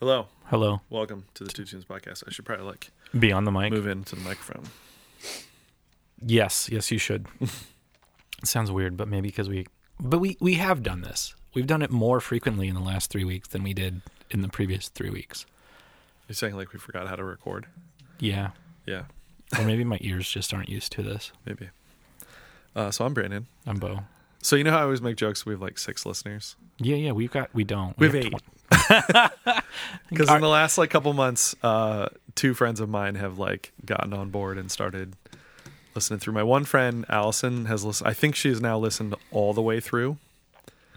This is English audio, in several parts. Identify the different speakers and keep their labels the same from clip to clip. Speaker 1: Hello,
Speaker 2: Hello.
Speaker 1: welcome to the Two Tunes podcast. I should probably like
Speaker 2: Be on the mic.
Speaker 1: move into the microphone.
Speaker 2: Yes, yes, you should. it sounds weird, but maybe because we, but we we have done this. We've done it more frequently in the last three weeks than we did in the previous three weeks.
Speaker 1: You're saying like we forgot how to record?
Speaker 2: Yeah,
Speaker 1: Yeah,
Speaker 2: or maybe my ears just aren't used to this.
Speaker 1: maybe. Uh, so I'm Brandon.
Speaker 2: I'm Bo.
Speaker 1: So you know how I always make jokes? We have like six listeners
Speaker 2: Yeah, yeah, we've got we don't
Speaker 1: We have because in the last like couple months, uh, two friends of mine have like gotten on board and started listening through. My one friend Allison has listened. I think she's now listened all the way through.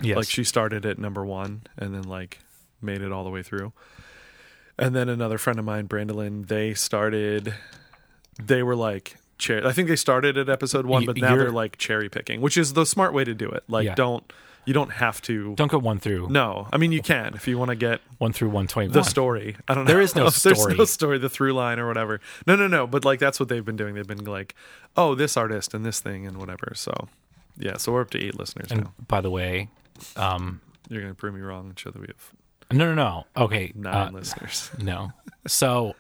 Speaker 2: yes,
Speaker 1: Like she started at number one and then like made it all the way through. And then another friend of mine, Brandolin, they started. They were like, cher- I think they started at episode one,
Speaker 2: Y-
Speaker 1: but now
Speaker 2: you're-
Speaker 1: they're like cherry picking, which is the smart way to do it. Like,
Speaker 2: Yeah.
Speaker 1: don't you don't have to.
Speaker 2: don't go one through
Speaker 1: No, I mean you can if you want to get
Speaker 2: one through one twenty
Speaker 1: the
Speaker 2: one.
Speaker 1: story. I don't know.
Speaker 2: There is no
Speaker 1: There's no
Speaker 2: story.
Speaker 1: story, the through line or whatever. No, no, no. But like that's what they've been doing. They've been like, oh, this artist and this thing and whatever. So yeah, so we're up to eight listeners
Speaker 2: and
Speaker 1: now.
Speaker 2: by the way, um,
Speaker 1: You're gonna prove me wrong and show that we have
Speaker 2: no, no, no. Okay,
Speaker 1: nine
Speaker 2: uh,
Speaker 1: listeners.
Speaker 2: No. So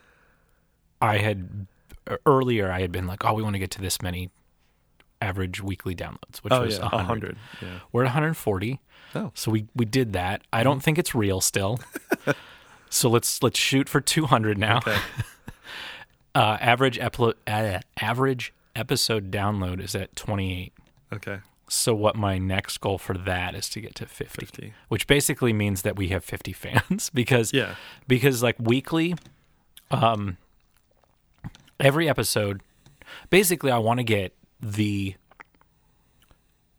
Speaker 2: I had earlier I had been like, oh, we want to get to this many average weekly downloads,
Speaker 1: oh,
Speaker 2: which was 100.
Speaker 1: 100. Yeah.
Speaker 2: We're at 140.
Speaker 1: Oh.
Speaker 2: So we we did that. I don't think it's real still. so let's let's shoot for 200 now.
Speaker 1: Okay.
Speaker 2: Uh, average eplo- uh, average episode download is at 28.
Speaker 1: Okay.
Speaker 2: So what my next goal for that is to get to 50,
Speaker 1: 50.
Speaker 2: which basically means that we have 50 fans because
Speaker 1: Yeah.
Speaker 2: because like weekly um every episode basically I want to get the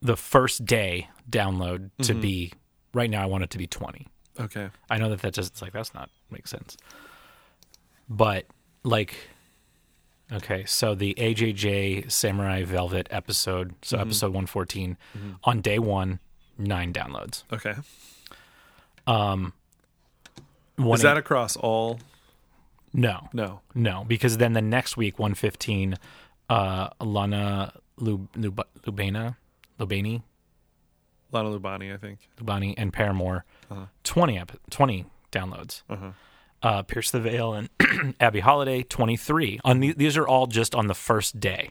Speaker 2: the first day download to
Speaker 1: Mm-hmm.
Speaker 2: be right now I want it to be 20.
Speaker 1: Okay.
Speaker 2: I know that that just it's like that's not make sense. But like okay, so the AJJ Samurai Velvet episode, so
Speaker 1: Mm-hmm.
Speaker 2: episode 114 on day 1 9 downloads.
Speaker 1: Okay.
Speaker 2: One
Speaker 1: Is that across all?
Speaker 2: no.
Speaker 1: No.
Speaker 2: No, because then the next week, one fifteen, uh, Lana Lub- Lub- Lubena, Lubani,
Speaker 1: Lana Lubani, I think.
Speaker 2: Lubani, and Paramore, 20, ep- 20 downloads.
Speaker 1: Uh-huh.
Speaker 2: Uh, Pierce the Veil and Abby Holiday, twenty three. On the, these are all just on the first day.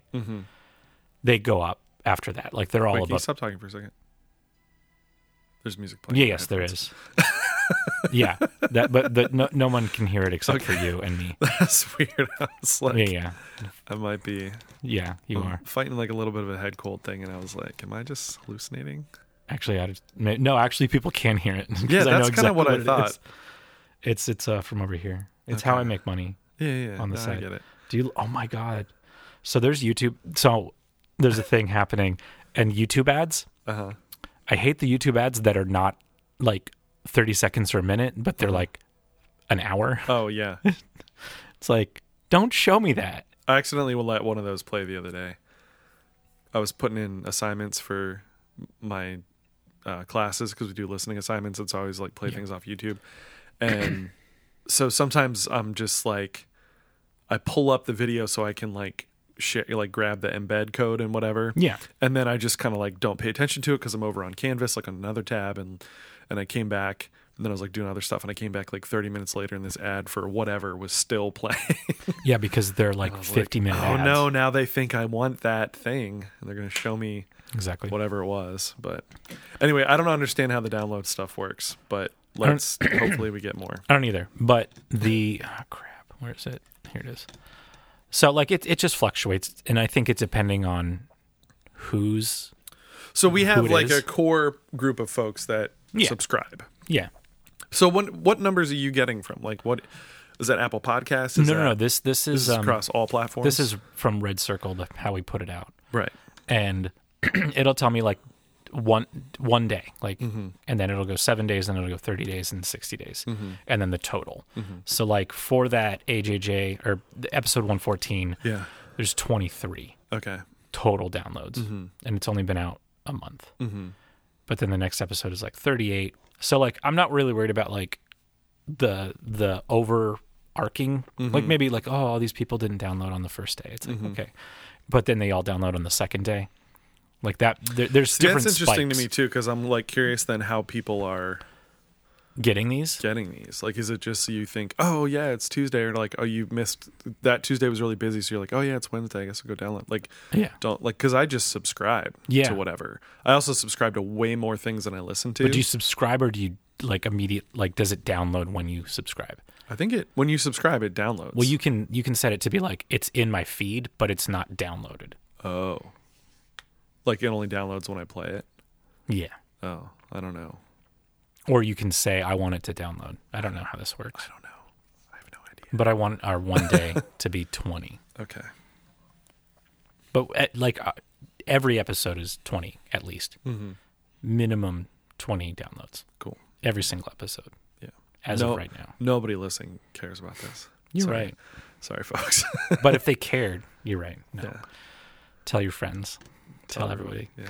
Speaker 2: They go up after that, like they're all
Speaker 1: Mm-hmm. Wait, can you
Speaker 2: above.
Speaker 1: stop talking for a second? There's music playing.
Speaker 2: Yeah, yes, there is. yeah, that, but the, no, no one can hear it except for you and me.
Speaker 1: That's weird. I was like,
Speaker 2: Yeah, yeah,
Speaker 1: I might be
Speaker 2: yeah. You are
Speaker 1: fighting like a little bit of a head cold thing, and I was like, am I just hallucinating?
Speaker 2: Actually, I just, ma- no. Actually, people can hear it. 'cause
Speaker 1: Yeah,
Speaker 2: I know
Speaker 1: that's kind
Speaker 2: exactly
Speaker 1: of what,
Speaker 2: it
Speaker 1: I
Speaker 2: is.
Speaker 1: thought.
Speaker 2: It's it's uh, from over here. It's how
Speaker 1: Okay.
Speaker 2: I make money.
Speaker 1: Yeah, yeah.
Speaker 2: On the
Speaker 1: no, I
Speaker 2: side.
Speaker 1: get it.
Speaker 2: Do you? Oh my god! So there's YouTube. So there's a thing happening, and YouTube ads.
Speaker 1: Uh huh.
Speaker 2: I hate the YouTube ads that are not like 30 seconds or a minute, but
Speaker 1: Uh-huh.
Speaker 2: they're like an hour.
Speaker 1: Oh yeah.
Speaker 2: It's like don't show me that.
Speaker 1: I accidentally let one of those play the other day. I was putting in assignments for my uh, classes because we do listening assignments. It's always like play things off YouTube, and so sometimes I'm just like, I pull up the video so I can like share, like grab the embed code and whatever.
Speaker 2: Yeah.
Speaker 1: And then I just kind of like don't pay attention to it because I'm over on Canvas, like on another tab, and and I came back. And then I was like doing other stuff, and I came back like 30 minutes later, and this ad for whatever was still playing.
Speaker 2: Yeah, because they're like 50 minutes.
Speaker 1: Oh no, now they think I want that thing and they're going to show me
Speaker 2: Exactly.
Speaker 1: whatever it was. But anyway, I don't understand how the download stuff works, but let's hopefully we get more.
Speaker 2: I don't either. But the ah, crap, where is it? Here it is. So like it it just fluctuates, and I think it's depending on who's
Speaker 1: So we have
Speaker 2: it
Speaker 1: like
Speaker 2: is?
Speaker 1: a core group of folks that
Speaker 2: Yeah.
Speaker 1: subscribe.
Speaker 2: yeah.
Speaker 1: So what what numbers are you getting from? Like what is that Apple Podcasts? Is
Speaker 2: no, no, no.
Speaker 1: that-
Speaker 2: This this is
Speaker 1: This is
Speaker 2: um,
Speaker 1: across all platforms.
Speaker 2: this is from Red Circle the, how we put it out,
Speaker 1: right.
Speaker 2: and it'll tell me like one one day, like,
Speaker 1: Mm-hmm.
Speaker 2: and then it'll go seven days, and it'll go thirty days, and sixty days,
Speaker 1: Mm-hmm.
Speaker 2: and then the total. So like for that AJJ or the episode one fourteen,
Speaker 1: Yeah.
Speaker 2: there's twenty three.
Speaker 1: Okay.
Speaker 2: total downloads,
Speaker 1: Mm-hmm.
Speaker 2: and it's only been out a month. But then the next episode is like 38. So like, I'm not really worried about like the the overarching.
Speaker 1: Mm-hmm.
Speaker 2: Like maybe like, oh, all these people didn't download on the first day. It's like okay, but then they all download on the second day. Like that, there, there's
Speaker 1: Yeah,
Speaker 2: different.
Speaker 1: That's interesting to
Speaker 2: spikes.
Speaker 1: me too because I'm like curious then how people are
Speaker 2: getting these.
Speaker 1: getting these? Like, is it just so you think, oh yeah, it's Tuesday, or like, oh you missed that Tuesday was really busy, so you're like, oh yeah, it's Wednesday, I guess I'll go download. Like,
Speaker 2: Yeah.
Speaker 1: don't like because I just subscribe
Speaker 2: Yeah.
Speaker 1: to whatever. I also subscribe to way more things than I listen to.
Speaker 2: But do you subscribe or do you like immediate like does it download when you subscribe?
Speaker 1: I think it when you subscribe, it downloads.
Speaker 2: Well, you can you can set it to be like it's in my feed, but it's not downloaded.
Speaker 1: oh, like it only downloads when I play it.
Speaker 2: Yeah.
Speaker 1: Oh, I don't know.
Speaker 2: Or you can say I want it to download. I don't know how this works,
Speaker 1: I don't know. I have no idea.
Speaker 2: but I want our one day to be 20.
Speaker 1: Okay.
Speaker 2: But at, like uh, every episode is 20 at least. Minimum 20 downloads
Speaker 1: Mm-hmm. Cool.
Speaker 2: every single episode
Speaker 1: Yeah.
Speaker 2: as
Speaker 1: No-
Speaker 2: of right now.
Speaker 1: Nobody listening cares about this.
Speaker 2: You're
Speaker 1: Sorry.
Speaker 2: right.
Speaker 1: Sorry, folks.
Speaker 2: but if they cared, you're right. No.
Speaker 1: Yeah.
Speaker 2: Tell your friends. Tell, everybody.
Speaker 1: Yeah.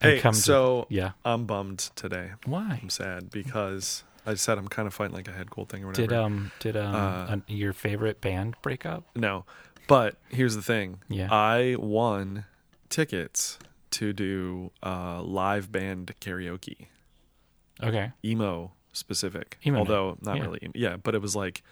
Speaker 2: And
Speaker 1: Hey,
Speaker 2: come to-
Speaker 1: so
Speaker 2: yeah.
Speaker 1: I'm bummed today.
Speaker 2: Why?
Speaker 1: I'm sad because I said I'm kind of fighting like a head cold thing or whatever.
Speaker 2: Did um did um
Speaker 1: Uh,
Speaker 2: un- your favorite band break up?
Speaker 1: no, but here's the thing.
Speaker 2: Yeah.
Speaker 1: I won tickets to do uh, live band karaoke,
Speaker 2: Uh, Okay.
Speaker 1: emo specific.
Speaker 2: Emo night.
Speaker 1: although not
Speaker 2: Yeah.
Speaker 1: really. Yeah, but it was like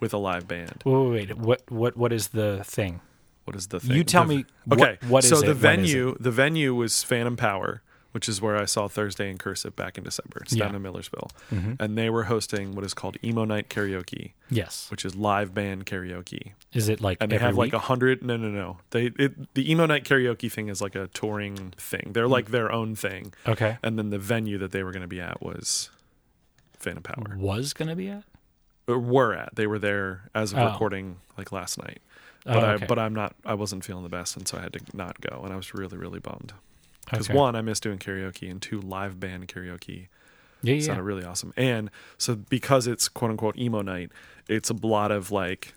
Speaker 1: with a live band.
Speaker 2: Wait, wait, wait. What what what is the thing?
Speaker 1: What is the thing?
Speaker 2: You tell
Speaker 1: The-
Speaker 2: me what-
Speaker 1: Okay,
Speaker 2: what is
Speaker 1: so
Speaker 2: it?
Speaker 1: the
Speaker 2: What is
Speaker 1: venue, the venue was Phantom Power, which is where I saw Thursday in Cursive back in December. It's down
Speaker 2: Yeah.
Speaker 1: in Millersville,
Speaker 2: Mm-hmm.
Speaker 1: and they were hosting what is called Emo Night Karaoke,
Speaker 2: Yes.
Speaker 1: which is live band karaoke,
Speaker 2: Is it like
Speaker 1: and
Speaker 2: every
Speaker 1: they have like
Speaker 2: week?
Speaker 1: a hundred. No, no, no. They it, the Emo Night Karaoke thing is like a touring thing.
Speaker 2: Hmm.
Speaker 1: They're like their own thing,
Speaker 2: okay
Speaker 1: and then the venue that they were going to be at was Phantom Power.
Speaker 2: was gonna be at?
Speaker 1: Or were at. They were there as of
Speaker 2: Oh.
Speaker 1: recording like last night
Speaker 2: Oh,
Speaker 1: but
Speaker 2: okay.
Speaker 1: I but I'm not I wasn't feeling the best and so I had to not go and I was really really bummed because
Speaker 2: Okay.
Speaker 1: one I miss doing karaoke and two live band karaoke
Speaker 2: yeah, yeah.
Speaker 1: sounded really awesome and so because it's quote unquote emo night it's a lot of like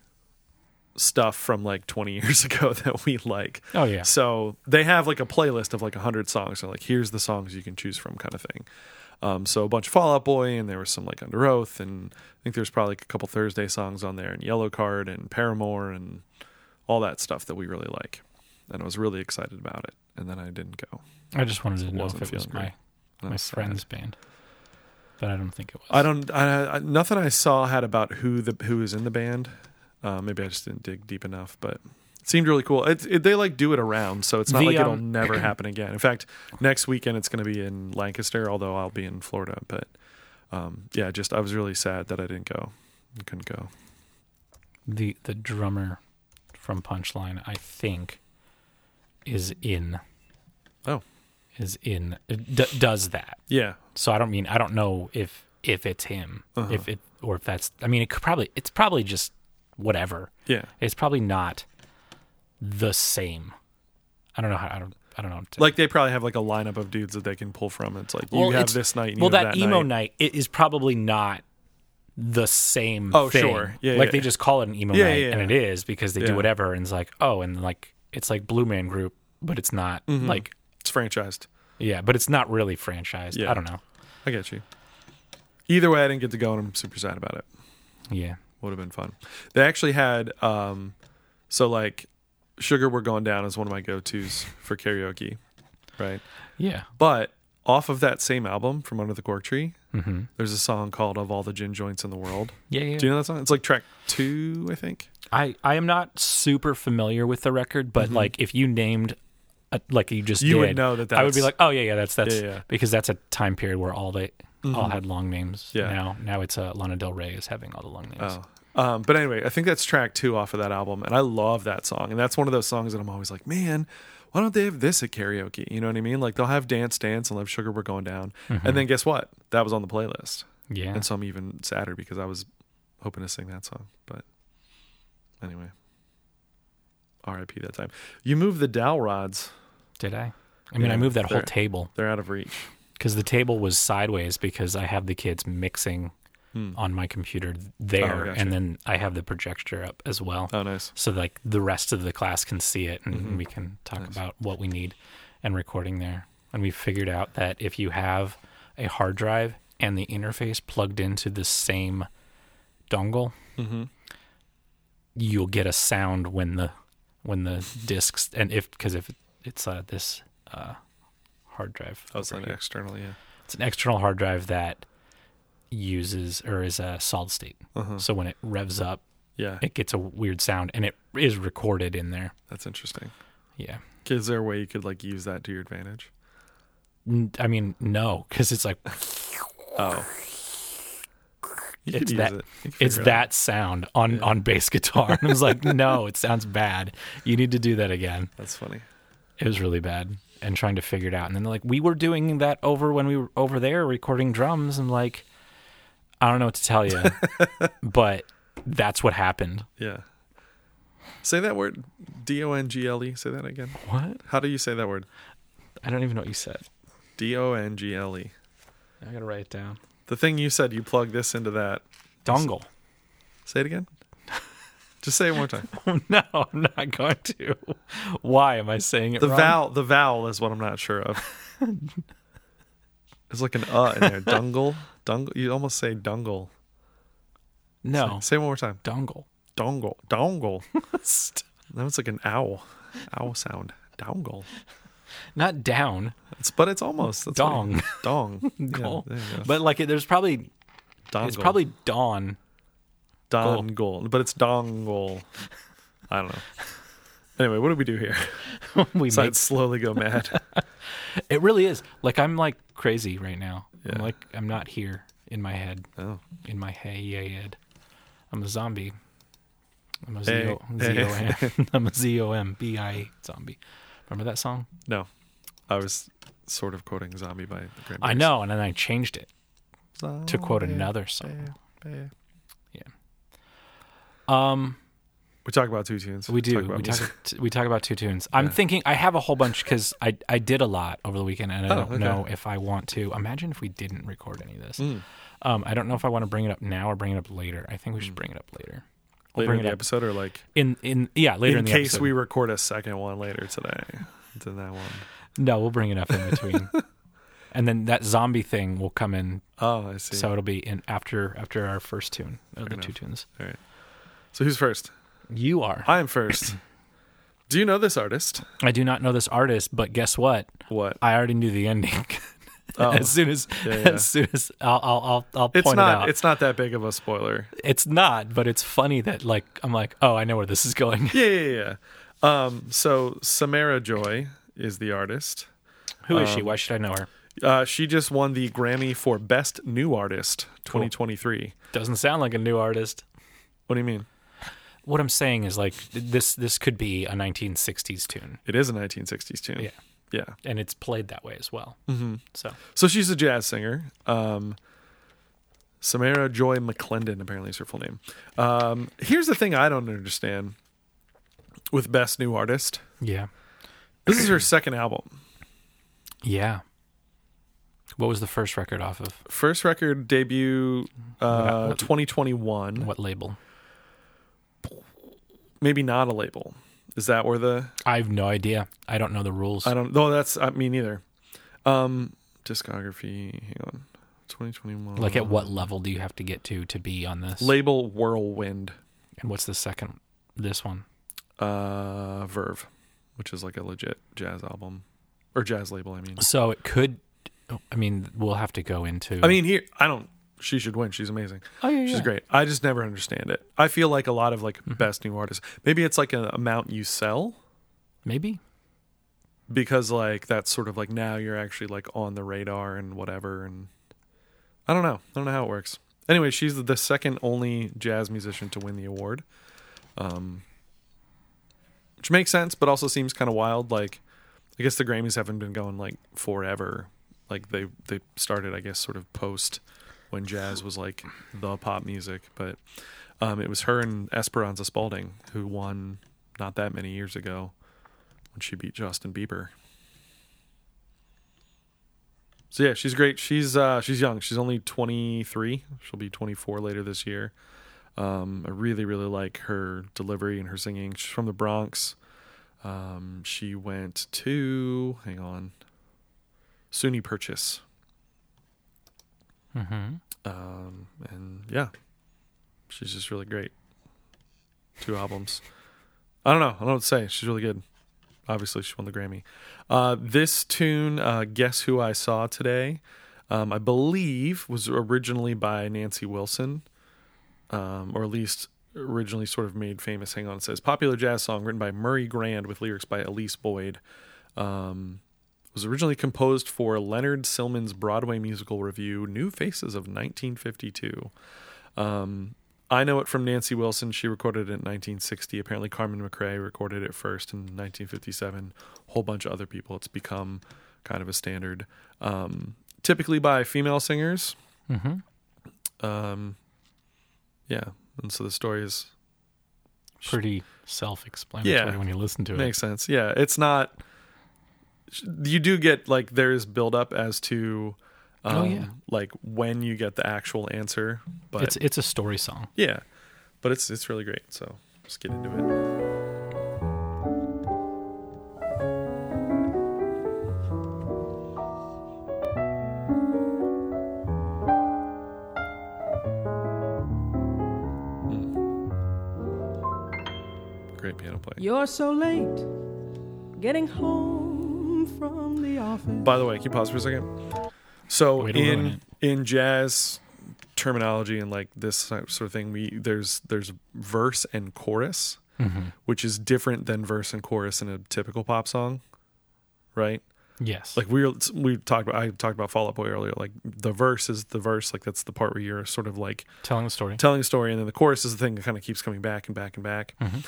Speaker 1: stuff from like 20 years ago that we like
Speaker 2: Oh yeah.
Speaker 1: so they have like a playlist of like 100 songs. They're like, here's the songs you can choose from, kind of thing. Um, so a bunch of Fallout Boy, and there was some like Under Oath, and I think there's probably like a couple Thursday songs on there, and Yellow Card, and Paramore, and all that stuff that we really like. And I was really excited about it, and then I didn't go.
Speaker 2: I just wanted to know if
Speaker 1: wasn't
Speaker 2: it was
Speaker 1: feeling
Speaker 2: my
Speaker 1: great. And I
Speaker 2: my
Speaker 1: was sad.
Speaker 2: friend's band, but I don't think it was.
Speaker 1: I don't. I, I, nothing I saw had about who the who is in the band. Uh, maybe I just didn't dig deep enough, but it seemed really cool. It, it, they like do it around, so it's not
Speaker 2: The,
Speaker 1: like it'll
Speaker 2: um,
Speaker 1: never happen again. In fact, next weekend it's going to be in Lancaster, although I'll be in Florida. But um, yeah, just I was really sad that I didn't go. I couldn't go.
Speaker 2: the the drummer from Punchline, I think, is in.
Speaker 1: Oh.
Speaker 2: Is in d- does that?
Speaker 1: Yeah,
Speaker 2: So I don't mean I don't know if if it's him,
Speaker 1: Uh-huh.
Speaker 2: if it or if that's. I mean, it could probably it's probably just whatever.
Speaker 1: yeah.
Speaker 2: It's probably not the same. I don't know how I don't I don't know. how to-
Speaker 1: Like they probably have like a lineup of dudes that they can pull from. It's like you
Speaker 2: Well,
Speaker 1: have
Speaker 2: it's-
Speaker 1: this night. And
Speaker 2: well,
Speaker 1: you have
Speaker 2: that,
Speaker 1: that
Speaker 2: emo
Speaker 1: night.
Speaker 2: night it is probably not the same.
Speaker 1: Oh,
Speaker 2: thing.
Speaker 1: sure. Yeah,
Speaker 2: like
Speaker 1: yeah.
Speaker 2: they just call it an emo
Speaker 1: Yeah,
Speaker 2: night,
Speaker 1: yeah,
Speaker 2: and it
Speaker 1: yeah.
Speaker 2: is because they
Speaker 1: Yeah.
Speaker 2: do whatever, and it's like oh, and like it's like Blue Man Group, but it's not
Speaker 1: Mm-hmm.
Speaker 2: like
Speaker 1: It's franchised.
Speaker 2: yeah, but it's not really franchised.
Speaker 1: Yeah.
Speaker 2: I don't know.
Speaker 1: I get you. Either way, I didn't get to go, and I'm super sad about it.
Speaker 2: Yeah,
Speaker 1: would have been fun. They actually had um so like Sugar We're Going Down is one of my go-tos for karaoke, right?
Speaker 2: yeah.
Speaker 1: But off of that same album from Under the Cork Tree,
Speaker 2: Mm-hmm.
Speaker 1: there's a song called Of All the Gin Joints in the World.
Speaker 2: Yeah, yeah.
Speaker 1: Do you know that song? It's like track 2, I think.
Speaker 2: I I am not super familiar with the record, but like if you named, uh like you just
Speaker 1: Mm-hmm. You would
Speaker 2: did,
Speaker 1: know that
Speaker 2: I would be
Speaker 1: that's-
Speaker 2: like, oh yeah, yeah, that's that's
Speaker 1: Yeah, yeah.
Speaker 2: because that's a time period where all they all had long names.
Speaker 1: Yeah.
Speaker 2: Now now it's uh, Lana Del Rey is having all the long names.
Speaker 1: Oh. Um, but anyway, I think that's track two off of that album, and I love that song. And that's one of those songs that I'm always like, man, why don't they have this at karaoke? You know what I mean? Like they'll have Dance Dance and they'll have Sugar We're Going Down,
Speaker 2: Mm-hmm.
Speaker 1: and then guess what? That was on the playlist.
Speaker 2: Mm. Yeah.
Speaker 1: And so I'm even sadder because I was hoping to sing that song. But anyway, RIP that time. You moved the dowel rods,
Speaker 2: Did I? I mean,
Speaker 1: Yeah,
Speaker 2: I moved that whole
Speaker 1: there.
Speaker 2: table
Speaker 1: they're out of reach.
Speaker 2: because the table was sideways because I have the kids mixing on my computer there,
Speaker 1: Oh, gotcha.
Speaker 2: and then I have the projector up as well,
Speaker 1: Oh, nice.
Speaker 2: so like the rest of the class can see it, and
Speaker 1: Mm-hmm.
Speaker 2: we can talk about what we need and recording there. And we figured out that if you have a hard drive and the interface plugged into the same dongle, you'll get a sound when the when the discs and if because if it's uh, this uh, hard drive
Speaker 1: Oh, That was an external, yeah.
Speaker 2: it's an external hard drive that uses or is a solid state.
Speaker 1: Hmm.
Speaker 2: So when it revs up,
Speaker 1: Yeah,
Speaker 2: it gets a weird sound and it is recorded in there.
Speaker 1: that's interesting.
Speaker 2: Yeah.
Speaker 1: Is there a way you could like use that to your advantage?
Speaker 2: N- I mean, no, because it's like
Speaker 1: Oh, you could
Speaker 2: It's
Speaker 1: use
Speaker 2: that-
Speaker 1: it. You could
Speaker 2: it's
Speaker 1: figure it out.
Speaker 2: that sound on on bass guitar. And I was like, no, it sounds bad. You need to do that again.
Speaker 1: That's funny.
Speaker 2: It was really bad. And trying to figure it out. And then they're like, we were doing that over when we were over there recording drums. I'm like, I don't know what to tell you, but that's what happened.
Speaker 1: Yeah. Say that word, D O N G L E. Say that again.
Speaker 2: What?
Speaker 1: How do you say that word?
Speaker 2: I don't even know what you said.
Speaker 1: D O N G L E.
Speaker 2: I gotta write it down.
Speaker 1: The thing you said, you plug this into that.
Speaker 2: Dongle.
Speaker 1: Say it again. Just say it one more time.
Speaker 2: no, I'm not going to. Why am I saying it?
Speaker 1: The
Speaker 2: wrong?
Speaker 1: vowel, the vowel is what I'm not sure of. There's like an uh in there. Dungle, dungle. You almost say dungle.
Speaker 2: No,
Speaker 1: Say it one more time.
Speaker 2: dongle.
Speaker 1: Dongle, dongle.
Speaker 2: St-
Speaker 1: That was like an owl, owl sound. Dongle.
Speaker 2: not down.
Speaker 1: It's but it's almost that's what it- Dong. Yeah,
Speaker 2: Goal.
Speaker 1: there you go.
Speaker 2: But like, it- there's probably it's
Speaker 1: Dongle.
Speaker 2: probably dawn.
Speaker 1: dongle, but it's dongle. I don't know. Anyway, what do we do here?
Speaker 2: we
Speaker 1: So
Speaker 2: make,
Speaker 1: I'd slowly go mad.
Speaker 2: it really is like I'm like crazy right now. I'm
Speaker 1: Yeah.
Speaker 2: like I'm not here in my head,
Speaker 1: Oh,
Speaker 2: in my hey head. I'm a zombie. I'm a
Speaker 1: Hey,
Speaker 2: Z O Z-O-M. I'm a Z O M B I zombie. Remember that song?
Speaker 1: no. I was sort of quoting Zombie by the Grand
Speaker 2: I know, and then I changed it
Speaker 1: Zombie,
Speaker 2: to quote another song.
Speaker 1: baby.
Speaker 2: Um,
Speaker 1: We talk about two tunes.
Speaker 2: we do.
Speaker 1: Talk about
Speaker 2: we,
Speaker 1: music.
Speaker 2: talk, t- we talk about two tunes. I'm thinking I have a whole bunch because I I did a lot over the weekend, and
Speaker 1: Oh,
Speaker 2: I don't
Speaker 1: okay. Hmm.
Speaker 2: know if I want to. Imagine if we didn't record any of this. Um, I don't know if I want to bring it up now or bring it up later. I think we
Speaker 1: Hmm.
Speaker 2: should bring it up later. We'll
Speaker 1: later
Speaker 2: bring
Speaker 1: in
Speaker 2: it
Speaker 1: the
Speaker 2: up
Speaker 1: episode, or like
Speaker 2: in in yeah later
Speaker 1: in,
Speaker 2: in, the
Speaker 1: case
Speaker 2: episode.
Speaker 1: we record a second one later today. Than that one.
Speaker 2: no we'll bring it up in between, and then that zombie thing will come in.
Speaker 1: Oh, I see.
Speaker 2: So it'll be in after after our first tune of the
Speaker 1: enough.
Speaker 2: two tunes.
Speaker 1: All right. So who's first?
Speaker 2: You are.
Speaker 1: I am first. do you know this artist?
Speaker 2: I do not know this artist, but guess what?
Speaker 1: What?
Speaker 2: I already knew the ending.
Speaker 1: Oh.
Speaker 2: as soon as,
Speaker 1: Yeah, yeah.
Speaker 2: as soon as I'll, I'll, I'll, I'll point
Speaker 1: It's
Speaker 2: it out.
Speaker 1: not. It's not that big of a spoiler.
Speaker 2: It's not, but it's funny that like I'm like, oh, I know where this is going.
Speaker 1: Yeah, yeah, yeah. Um, so Samara Joy is the artist.
Speaker 2: Who is
Speaker 1: Um,
Speaker 2: she? Why should I know her?
Speaker 1: Uh, she just won the Grammy for Best New Artist 2023.
Speaker 2: Doesn't sound like a new artist.
Speaker 1: What do you mean?
Speaker 2: What I'm saying is like th- this this could be a 1960s tune,
Speaker 1: It is a 1960s tune.
Speaker 2: Yeah.
Speaker 1: Yeah.
Speaker 2: and it's played that way as well. Mm-hmm. So
Speaker 1: So she's a jazz singer. Um, Samara Joy McClendon apparently is her full name. Um, here's the thing I don't understand with Best New Artist.
Speaker 2: yeah,
Speaker 1: This is her second album.
Speaker 2: yeah. What was the first record off of?
Speaker 1: First record debut uh, 2021.
Speaker 2: What label?
Speaker 1: Maybe not a label. Is that where the
Speaker 2: I have no idea. I don't know the rules.
Speaker 1: I don't. No, that's uh, me neither. Um, discography. Hang on. 2021.
Speaker 2: Like at what level do you have to get to to be on this?
Speaker 1: label? Whirlwind.
Speaker 2: and what's the second? This one.
Speaker 1: Uh, Verve, which is like a legit jazz album or jazz label. I mean.
Speaker 2: So it could. I mean, we'll have to go into.
Speaker 1: I mean, here I don't. She should win. She's amazing.
Speaker 2: oh, yeah,
Speaker 1: She's
Speaker 2: yeah.
Speaker 1: great. I just never understand it. I feel like a lot of like best new artists. Maybe it's like an amount you sell
Speaker 2: Maybe.
Speaker 1: because like that's sort of like now you're actually like on the radar and whatever and I don't know. I don't know how it works. Anyway, she's the second only jazz musician to win the award. Um which makes sense but also seems kind of wild like I guess the Grammys haven't been going like forever. Like they they started I guess sort of post when jazz was like the pop music, but um it was her and Esperanza Spalding who won not that many years ago when she beat Justin Bieber. So yeah, she's great. She's uh, she's young. She's only 23. She'll be 24 later this year. Um, I really really like her delivery and her singing. She's from the Bronx. Um, she went to hang on, SUNY Purchase.
Speaker 2: Mm-hmm.
Speaker 1: Um, and yeah, she's just really great. Two albums. I don't know. I don't know what to say. She's really good. Obviously, she won the Grammy. Uh, this tune, uh, Guess Who I Saw Today, um, I believe was originally by Nancy Wilson, um, or at least originally sort of made famous. Hang on, it says popular jazz song written by Murray Grand with lyrics by Elise Boyd. Um, was originally composed for Leonard Sillman's Broadway musical review New Faces of 1952. Um, I know it from Nancy Wilson. She recorded it in 1960. Apparently, Carmen McRae recorded it first in 1957. A whole bunch of other people. It's become kind of a standard, um, typically by female singers.
Speaker 2: Mm-hmm.
Speaker 1: Um, yeah, and so the story is
Speaker 2: Pretty self-explanatory
Speaker 1: Yeah.
Speaker 2: when you listen to it.
Speaker 1: makes sense. Yeah, it's not. You do get like there is build up as to, um,
Speaker 2: Oh, yeah.
Speaker 1: like when you get the actual answer, but
Speaker 2: it's it's a story song.
Speaker 1: Yeah, but it's it's really great. So let's get into it. Mm. Hmm. Great piano playing.
Speaker 3: You're so late getting home from the office.
Speaker 1: By the way, can you pause for a second? So
Speaker 2: Way to ruin
Speaker 1: in in jazz terminology and like this sort of thing, we there's there's verse and chorus, which is different than verse and chorus in a typical pop song, right?
Speaker 2: Yes.
Speaker 1: Like we were, we talked about I talked about Fall Out Boy earlier. Like the verse is the verse, like that's the part where you're sort of like
Speaker 2: telling the story.
Speaker 1: telling a story, and then the chorus is the thing that kind of keeps coming back and back and back.
Speaker 2: Mm-hmm.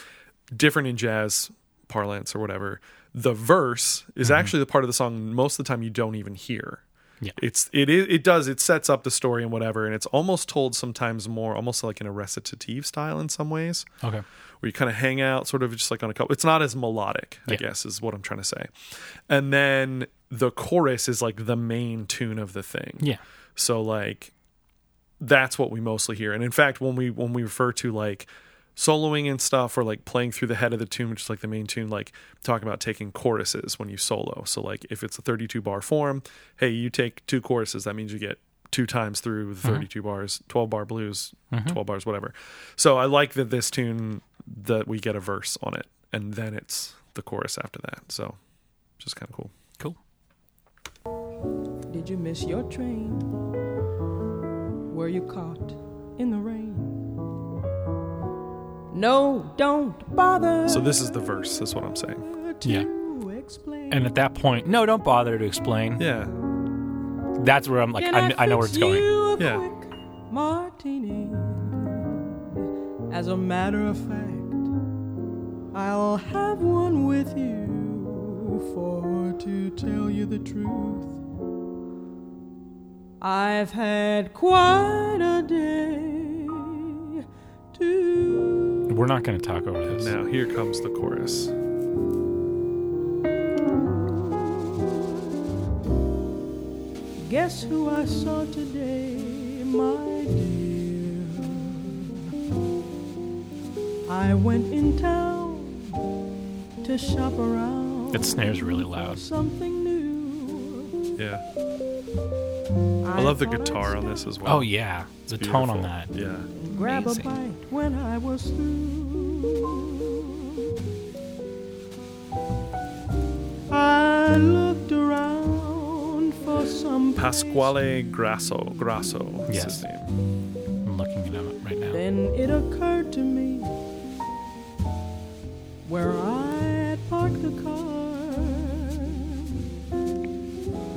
Speaker 1: Different in jazz parlance or whatever. The verse is actually the part of the song most of the time you don't even hear.
Speaker 2: Mm-hmm. Yeah.
Speaker 1: It's it is it does it sets up the story and whatever, and it's almost told sometimes more almost like in a recitative style in some ways
Speaker 2: okay.
Speaker 1: where you kind of hang out sort of just like on a couple it's not as melodic i
Speaker 2: Yeah.
Speaker 1: guess is what i'm trying to say and then the chorus is like the main tune of the thing
Speaker 2: Yeah.
Speaker 1: so like that's what we mostly hear. And in fact, when we when we refer to like soloing and stuff or like playing through the head of the tune, which is like the main tune, like talking about taking choruses when you solo. So like if it's a 32 bar form, hey, you take two choruses, that means you get two times through the 32 bars, 12 bar blues,
Speaker 2: Mm-hmm.
Speaker 1: 12 bars whatever. So I like that this tune that we get a verse on it and then it's the chorus after that. So just kind of cool.
Speaker 2: Cool.
Speaker 3: Did you miss your train? Were you caught in the rain? No, don't bother.
Speaker 1: So this is the verse, that's what I'm saying.
Speaker 3: to
Speaker 2: Yeah.
Speaker 3: explain.
Speaker 2: And at that point, no, don't bother to explain.
Speaker 1: Yeah.
Speaker 2: That's where I'm like,
Speaker 3: Can
Speaker 2: I, kn- I know where
Speaker 3: fix
Speaker 2: it's going.
Speaker 3: you a
Speaker 1: Yeah.
Speaker 3: quick martini. As a matter of fact, I'll have one with you. For to tell you the truth, I've had quite a day. Too.
Speaker 2: We're not going to talk over this.
Speaker 1: Now here comes the chorus.
Speaker 3: Guess who I saw today, my dear? I went in town to shop around.
Speaker 2: That snare's really loud.
Speaker 3: Something new.
Speaker 1: Yeah.
Speaker 3: I,
Speaker 1: I love the
Speaker 3: thought I'd
Speaker 1: guitar on
Speaker 3: stop
Speaker 1: this as well.
Speaker 2: Oh, yeah. The tone on that.
Speaker 1: Yeah.
Speaker 3: and Grab
Speaker 2: Amazing.
Speaker 3: a bite when I was through. I looked around for some.
Speaker 1: Pasquale Grasso. Grasso is
Speaker 2: Yes.
Speaker 1: his name.
Speaker 2: I'm looking at it right now.
Speaker 3: Then it occurred to me where I had parked the car.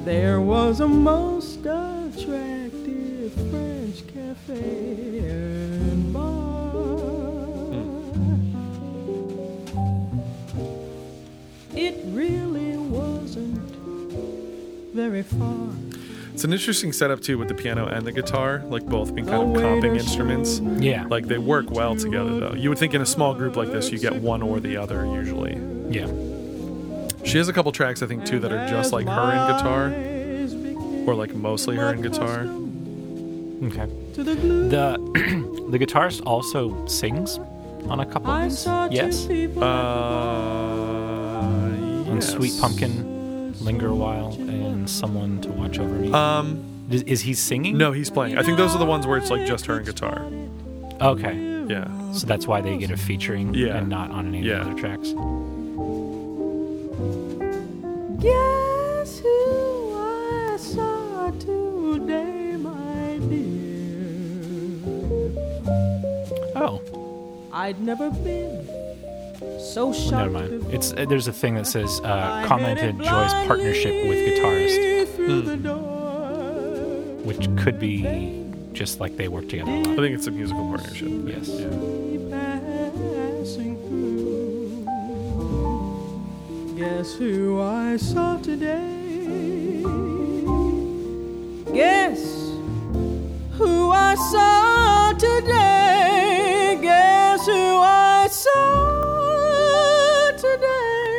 Speaker 3: There was a most attractive French cafe and bar. It really wasn't very far.
Speaker 1: It's an interesting setup too with the piano and the guitar, like both being kind
Speaker 3: The
Speaker 1: of comping
Speaker 3: waiter
Speaker 1: instruments.
Speaker 3: showed me
Speaker 2: Yeah.
Speaker 1: Like they work well together though. You would think in a small group like this you get one or the other usually.
Speaker 2: yeah.
Speaker 1: She has a couple tracks I think too that are just like her and guitar or like mostly her and guitar.
Speaker 2: Okay.
Speaker 3: To the glue.
Speaker 2: The the guitarist also sings on a couple of
Speaker 3: I
Speaker 2: these.
Speaker 3: saw two
Speaker 2: Yes. Uh,
Speaker 3: people
Speaker 1: Uh
Speaker 2: On
Speaker 1: yes.
Speaker 2: Sweet Pumpkin, Linger a While, and Someone to Watch Over Me.
Speaker 1: Um
Speaker 2: is, is he singing?
Speaker 1: no, he's playing. I think those are the ones where it's like just her and guitar.
Speaker 2: Okay.
Speaker 1: Yeah.
Speaker 2: So that's why they get a featuring
Speaker 1: Yeah.
Speaker 2: and not on any
Speaker 1: Yeah.
Speaker 2: of the other tracks.
Speaker 3: Guess who I saw today, my dear.
Speaker 2: Oh,
Speaker 3: I'd never been so shocked.
Speaker 2: Oh, never mind. It's
Speaker 3: before.
Speaker 2: uh, there's a thing that says
Speaker 3: I
Speaker 2: uh,
Speaker 3: headed
Speaker 2: comment enjoys partnership with guitarist, Hmm.
Speaker 3: blindly through the door.
Speaker 2: which could be just like they work together a
Speaker 1: I
Speaker 2: lot.
Speaker 1: think it's a musical partnership.
Speaker 2: Yes.
Speaker 3: passing through. Guess who I saw today? Guess who I saw today? Guess who I saw today?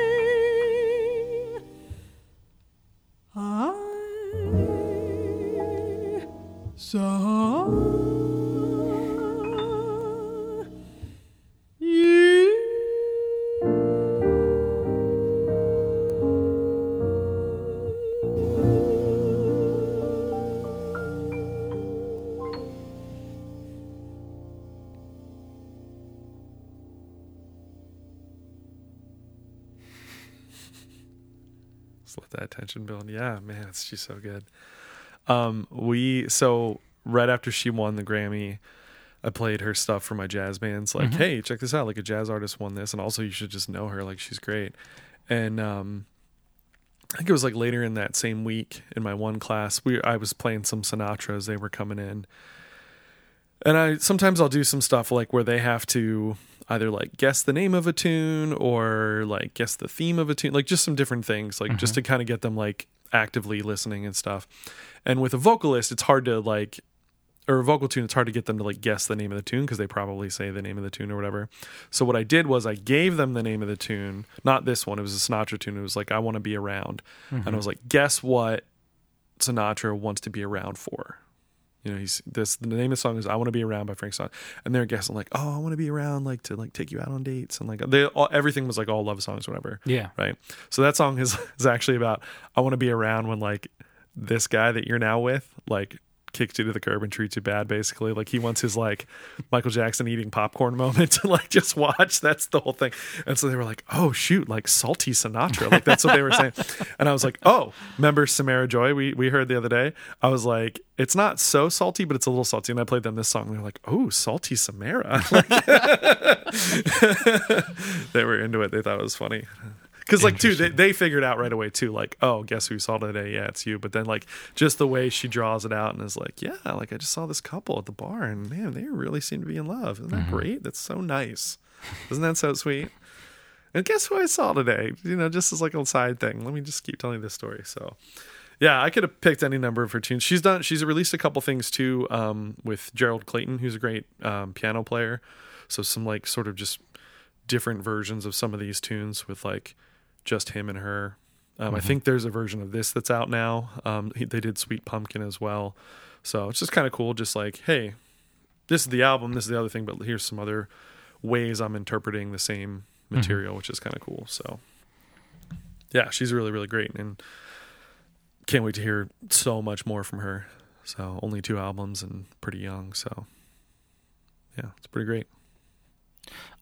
Speaker 3: I saw you.
Speaker 1: Just let that attention build. Yeah, man, it's she's so good. Um, we so right after she won the Grammy, I played her stuff for my jazz bands. Like, hey, check this out! Like a jazz artist won this, and also you should just know her. Like she's great. And um, I think it was like later in that same week in my one class, we I was playing some Sinatra as they were coming in, and I sometimes I'll do some stuff like where they have to either like guess the name of a tune or like guess the theme of a tune, like just some different things, like just to kind of get them like actively listening and stuff. And with a vocalist, it's hard to like or a vocal tune, it's hard to get them to like guess the name of the tune because they probably say the name of the tune or whatever. So what I did was I gave them the name of the tune, not this one. It was a Sinatra tune. It was like I want to be around, and I was like, guess what Sinatra wants to be around for. You know, he's this. The name of the song is "I Want to Be Around" by Frank Sinatra, and they're guessing like, "Oh, I want to be around, like to like take you out on dates," and like they all, everything was like all love songs, whatever
Speaker 2: Yeah.
Speaker 1: right? So that song is is actually about I want to be around when like this guy that you're now with like kicks you to the curb and treats you bad basically like he wants his like michael jackson eating popcorn moment to like just watch that's the whole thing and so they were like oh shoot like salty sinatra like that's what they were saying and i was like oh remember samara joy we we heard the other day i was like it's not so salty but it's a little salty and i played them this song and they're like oh salty samara like, they were into it they thought it was funny because like too, they, they figured out right away too. Like, oh, guess who saw today? Yeah, it's you. But then like just the way she draws it out and is like, yeah, like I just saw this couple at the bar and man, they really seem to be in love. Isn't that great? That's so nice. Isn't that so sweet? And guess who I saw today? You know, just as like a side thing. Let me just keep telling you this story. So, yeah, I could have picked any number of her tunes. She's done. She's released a couple things too um, with Gerald Clayton, who's a great um, piano player. So some like sort of just different versions of some of these tunes with like just him and her. Um, I think there's a version of this that's out now. Um, he- they did Sweet Pumpkin as well, so it's just kind of cool. Just like, hey, this is the album, this is the other thing, but here's some other ways I'm interpreting the same material, which is kind of cool. So, yeah, she's really really great, and can't wait to hear so much more from her. So, only two albums and pretty young. So, yeah, it's pretty great.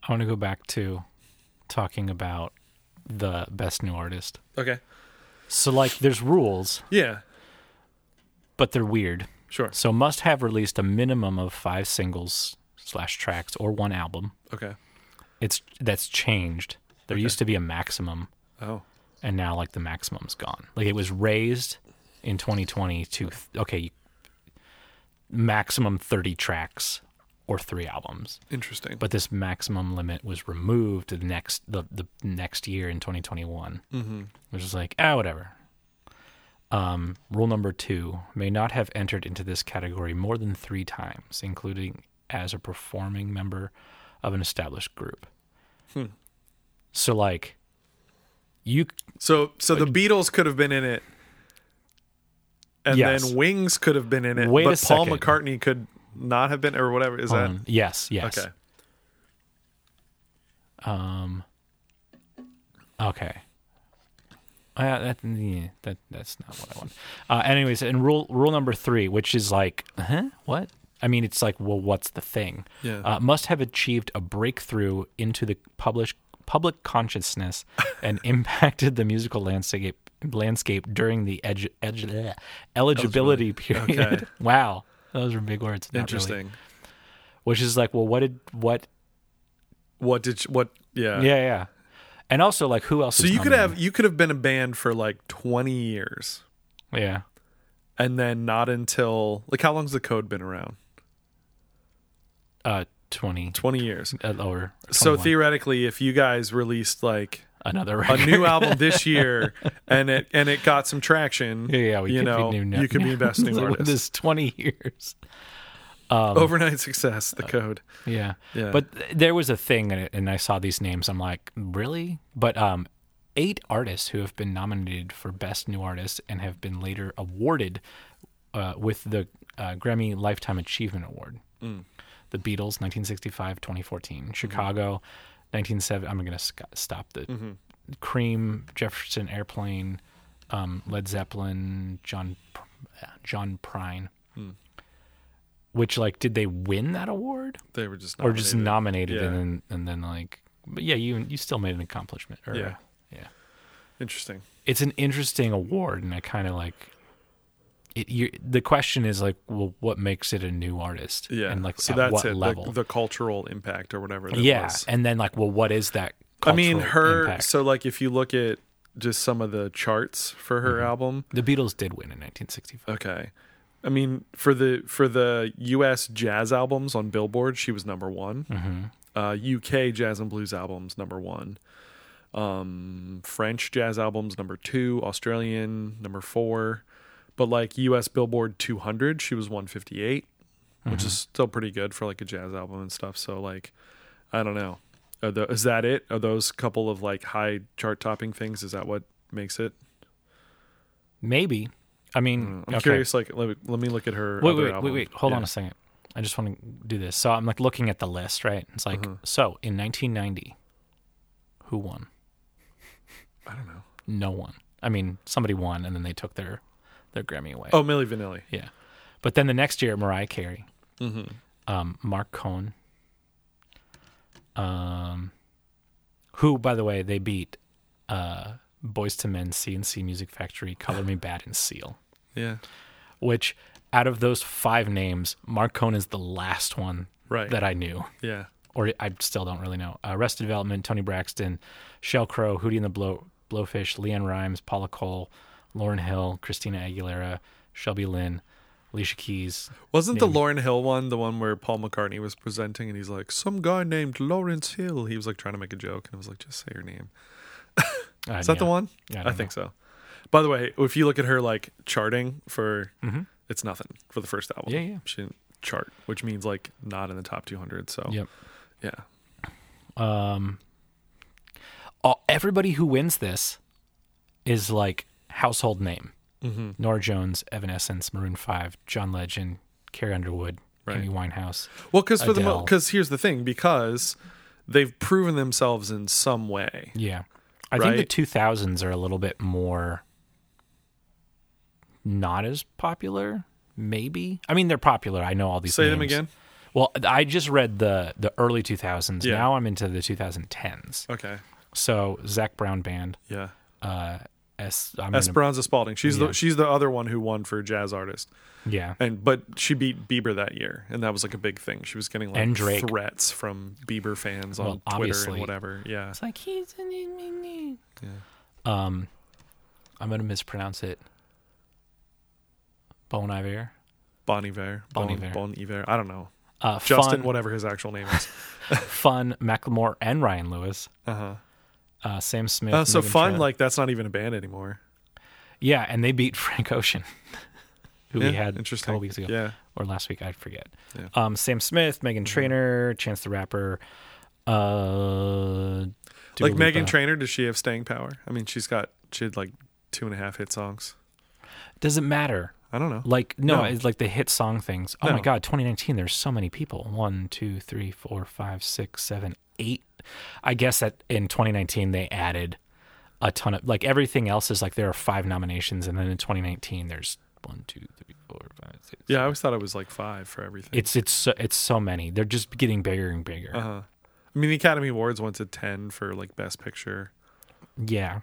Speaker 2: I want to go back to talking about the best new artist.
Speaker 1: Okay.
Speaker 2: So like there's rules,
Speaker 1: Yeah.
Speaker 2: but they're weird.
Speaker 1: Sure.
Speaker 2: So must have released a minimum of five singles slash tracks or one album.
Speaker 1: Okay.
Speaker 2: It's that's changed. There used to be a maximum,
Speaker 1: Oh.
Speaker 2: and now like the maximum's gone. Like it was raised in 2020 to okay, you- maximum 30 tracks or three albums.
Speaker 1: Interesting.
Speaker 2: But this maximum limit was removed the next the, the next year in 2021,
Speaker 1: mm-hmm.
Speaker 2: which is like ah whatever. Um, rule number two may not have entered into this category more than three times, including as a performing member of an established group.
Speaker 1: Hmm.
Speaker 2: So like, you
Speaker 1: So so the Beatles could have been in it. And
Speaker 2: Yes.
Speaker 1: then Wings could have been in it,
Speaker 2: Wait
Speaker 1: but
Speaker 2: a
Speaker 1: Paul
Speaker 2: second.
Speaker 1: McCartney could not have been or whatever. Is that
Speaker 2: um, yes yes
Speaker 1: okay?
Speaker 2: um okay. Uh, that, yeah, that that's not what I want. Uh, anyways, and rule rule number three, which is like, huh, what? I mean, it's like, well, what's the thing?
Speaker 1: Yeah.
Speaker 2: Uh, must have achieved a breakthrough into the published public consciousness and impacted the musical landscape landscape during the edge, edge, bleh, eligibility period.
Speaker 1: Okay.
Speaker 2: wow, those are big words. Not really.
Speaker 1: Interesting.
Speaker 2: Which is like, well, what did what?
Speaker 1: What did you, what? Yeah.
Speaker 2: yeah, yeah. And also, like, who else?
Speaker 1: Uh, So
Speaker 2: is
Speaker 1: you could
Speaker 2: nominated?
Speaker 1: have you could have been a band for like twenty years,
Speaker 2: yeah.
Speaker 1: and then not until like how long's the code been around?
Speaker 2: Uh, twenty
Speaker 1: Twenty years.
Speaker 2: uh, or
Speaker 1: So
Speaker 2: 21.
Speaker 1: theoretically, if you guys released like a
Speaker 2: another record.
Speaker 1: new album this year and it and it got some traction,
Speaker 2: yeah, yeah. We
Speaker 1: you
Speaker 2: could
Speaker 1: know,
Speaker 2: be new
Speaker 1: you could be best new
Speaker 2: So
Speaker 1: artist.
Speaker 2: This twenty years. Um,
Speaker 1: Overnight success,
Speaker 2: uh,
Speaker 1: the code.
Speaker 2: Yeah.
Speaker 1: Yeah.
Speaker 2: But th- there was a thing, and, and I saw these names. I'm like, really? But um, eight artists who have been nominated for Best New Artist and have been later awarded uh, with the uh, Grammy Lifetime Achievement Award. The Beatles, 1965, 2014. Chicago, 1970. I'm going to sc- stop the Cream, Jefferson Airplane, um, Led Zeppelin, John, Pr- uh, John Prine. Which like did they win that award?
Speaker 1: They were just
Speaker 2: or just
Speaker 1: nominated.
Speaker 2: nominated
Speaker 1: Yeah.
Speaker 2: and then and then like but yeah you you still made an accomplishment or
Speaker 1: Yeah.
Speaker 2: yeah,
Speaker 1: interesting.
Speaker 2: it's an interesting award and i kind of like it you the question is like well what makes it a new artist
Speaker 1: Yeah.
Speaker 2: and like
Speaker 1: so
Speaker 2: at
Speaker 1: that's
Speaker 2: what
Speaker 1: it. the-
Speaker 2: level
Speaker 1: The, cultural impact or whatever. That
Speaker 2: yeah
Speaker 1: was.
Speaker 2: and then like well what is that
Speaker 1: I mean,
Speaker 2: cultural
Speaker 1: her.
Speaker 2: impact?
Speaker 1: So like, if you look at just some of the charts for her
Speaker 2: Mm-hmm.
Speaker 1: album,
Speaker 2: the beatles did win in 1965
Speaker 1: okay. I mean, for the for the U.S. jazz albums on Billboard, she was number one. Uh, UK jazz and blues albums number one. Um, French jazz albums number two. Australian number four. But like U.S. Billboard 200, she was 158, which is still pretty good for like a jazz album and stuff. So like, I don't know. Are tho- is that it? Are those couple of like high chart topping things? Is that what makes it?
Speaker 2: maybe i mean
Speaker 1: Mm, I'm
Speaker 2: okay.
Speaker 1: curious. Like, let me, let me look at her.
Speaker 2: wait,
Speaker 1: other
Speaker 2: wait,
Speaker 1: album.
Speaker 2: wait, wait. Hold
Speaker 1: Yeah.
Speaker 2: on a second. I just want to do this. So I'm like looking at the list, right? It's like,
Speaker 1: Mm-hmm.
Speaker 2: so in 1990, who won? I don't know. No one. I mean, somebody won, and then they took their their Grammy away.
Speaker 1: Oh, Millie Vanilli.
Speaker 2: yeah. But then the next year, Mariah Carey,
Speaker 1: Mm-hmm.
Speaker 2: um, Mark Cohn, um, who, by the way, they beat uh, Boys to Men, CNC Music Factory, Color Me Bad, and Seal
Speaker 1: Yeah.
Speaker 2: which out of those five names, Marcone is the last one
Speaker 1: Right.
Speaker 2: that I knew,
Speaker 1: Yeah.
Speaker 2: or I still don't really know. Uh, Arrested Development, Tony Braxton, Shell Crow, Hootie and the Blow, Blowfish, Leanne Rhymes, Paula Cole, Lauren Hill, Christina Aguilera, Shelby Lynn, Alicia Keys.
Speaker 1: Wasn't the Lauren Hill one the one where Paul McCartney was presenting and he's like, some guy named Lawrence Hill? He was like trying to make a joke and I was like, just say your name.
Speaker 2: Uh,
Speaker 1: Is that the
Speaker 2: yeah.
Speaker 1: one?
Speaker 2: Yeah, I
Speaker 1: I,
Speaker 2: don't
Speaker 1: think so. By the way, if you look at her like charting for,
Speaker 2: Mm-hmm.
Speaker 1: it's nothing for the first album.
Speaker 2: Yeah, yeah.
Speaker 1: She didn't chart, which means like not in the top 200. So,
Speaker 2: Yep.
Speaker 1: yeah.
Speaker 2: Um, all, everybody who wins this is like household name.
Speaker 1: Mm-hmm.
Speaker 2: Nora Jones, Evanescence, Maroon Five, John Legend, Carrie Underwood,
Speaker 1: Right.
Speaker 2: Amy Winehouse.
Speaker 1: Well, because for the the
Speaker 2: Adele.
Speaker 1: because here's the thing because they've proven themselves in some way.
Speaker 2: Yeah. I think the
Speaker 1: Right?
Speaker 2: 2000s are a little bit more not as popular, maybe. I mean, they're popular. I know all these
Speaker 1: Say them
Speaker 2: names.
Speaker 1: again.
Speaker 2: Well, I just read the the early 2000s.
Speaker 1: Yeah.
Speaker 2: Now I'm into the 2010s.
Speaker 1: Okay.
Speaker 2: So, Zach Brown Band,
Speaker 1: Yeah.
Speaker 2: uh S I'm gonna-
Speaker 1: Esperanza Spalding. She's
Speaker 2: Yeah.
Speaker 1: the she's the other one who won for jazz artist.
Speaker 2: yeah.
Speaker 1: And but she beat Bieber that year, and that was like a big thing. She was getting like
Speaker 2: And Drake.
Speaker 1: threats from Bieber fans on
Speaker 2: Well,
Speaker 1: Twitter and
Speaker 2: obviously.
Speaker 1: whatever. Yeah,
Speaker 2: It's like he's an Um, I'm gonna mispronounce it. Bon Iver.
Speaker 1: Bon Iver,
Speaker 2: Bon
Speaker 1: Bon,
Speaker 2: Iver.
Speaker 1: Bon Iver. I don't know.
Speaker 2: Uh,
Speaker 1: Justin,
Speaker 2: fun,
Speaker 1: whatever his actual name is.
Speaker 2: fun Macklemore and Ryan Lewis.
Speaker 1: Uh-huh.
Speaker 2: Uh, Sam Smith.
Speaker 1: Uh, so
Speaker 2: Megan
Speaker 1: fun,
Speaker 2: Trainor.
Speaker 1: like that's not even a band anymore.
Speaker 2: yeah, and they beat Frank Ocean, who
Speaker 1: Yeah,
Speaker 2: we had a
Speaker 1: interesting.
Speaker 2: couple weeks ago
Speaker 1: Yeah,
Speaker 2: or last week, I forget.
Speaker 1: Yeah. Mm-hmm.
Speaker 2: Um, Sam Smith, Megan Trainor, Chance the Rapper. Uh, Dua
Speaker 1: like Megan
Speaker 2: Lipa.
Speaker 1: Trainor, does she have staying power? I mean, she's got she had like two and a half hit songs.
Speaker 2: doesn't matter.
Speaker 1: I don't know.
Speaker 2: Like no,
Speaker 1: No.
Speaker 2: it's like the hit song things. Oh
Speaker 1: No.
Speaker 2: my god, 2019. There's so many people. One, two, three, four, five, six, seven, eight. I guess that in 2019 they added a ton of like everything else is like there are five nominations, and then in 2019 there's one, two, three, four, five, six.
Speaker 1: yeah, I always thought it was like five for everything.
Speaker 2: It's it's so, it's so many. They're just getting bigger and bigger.
Speaker 1: uh-huh. I mean, the Academy Awards went to ten for like Best Picture.
Speaker 2: Yeah.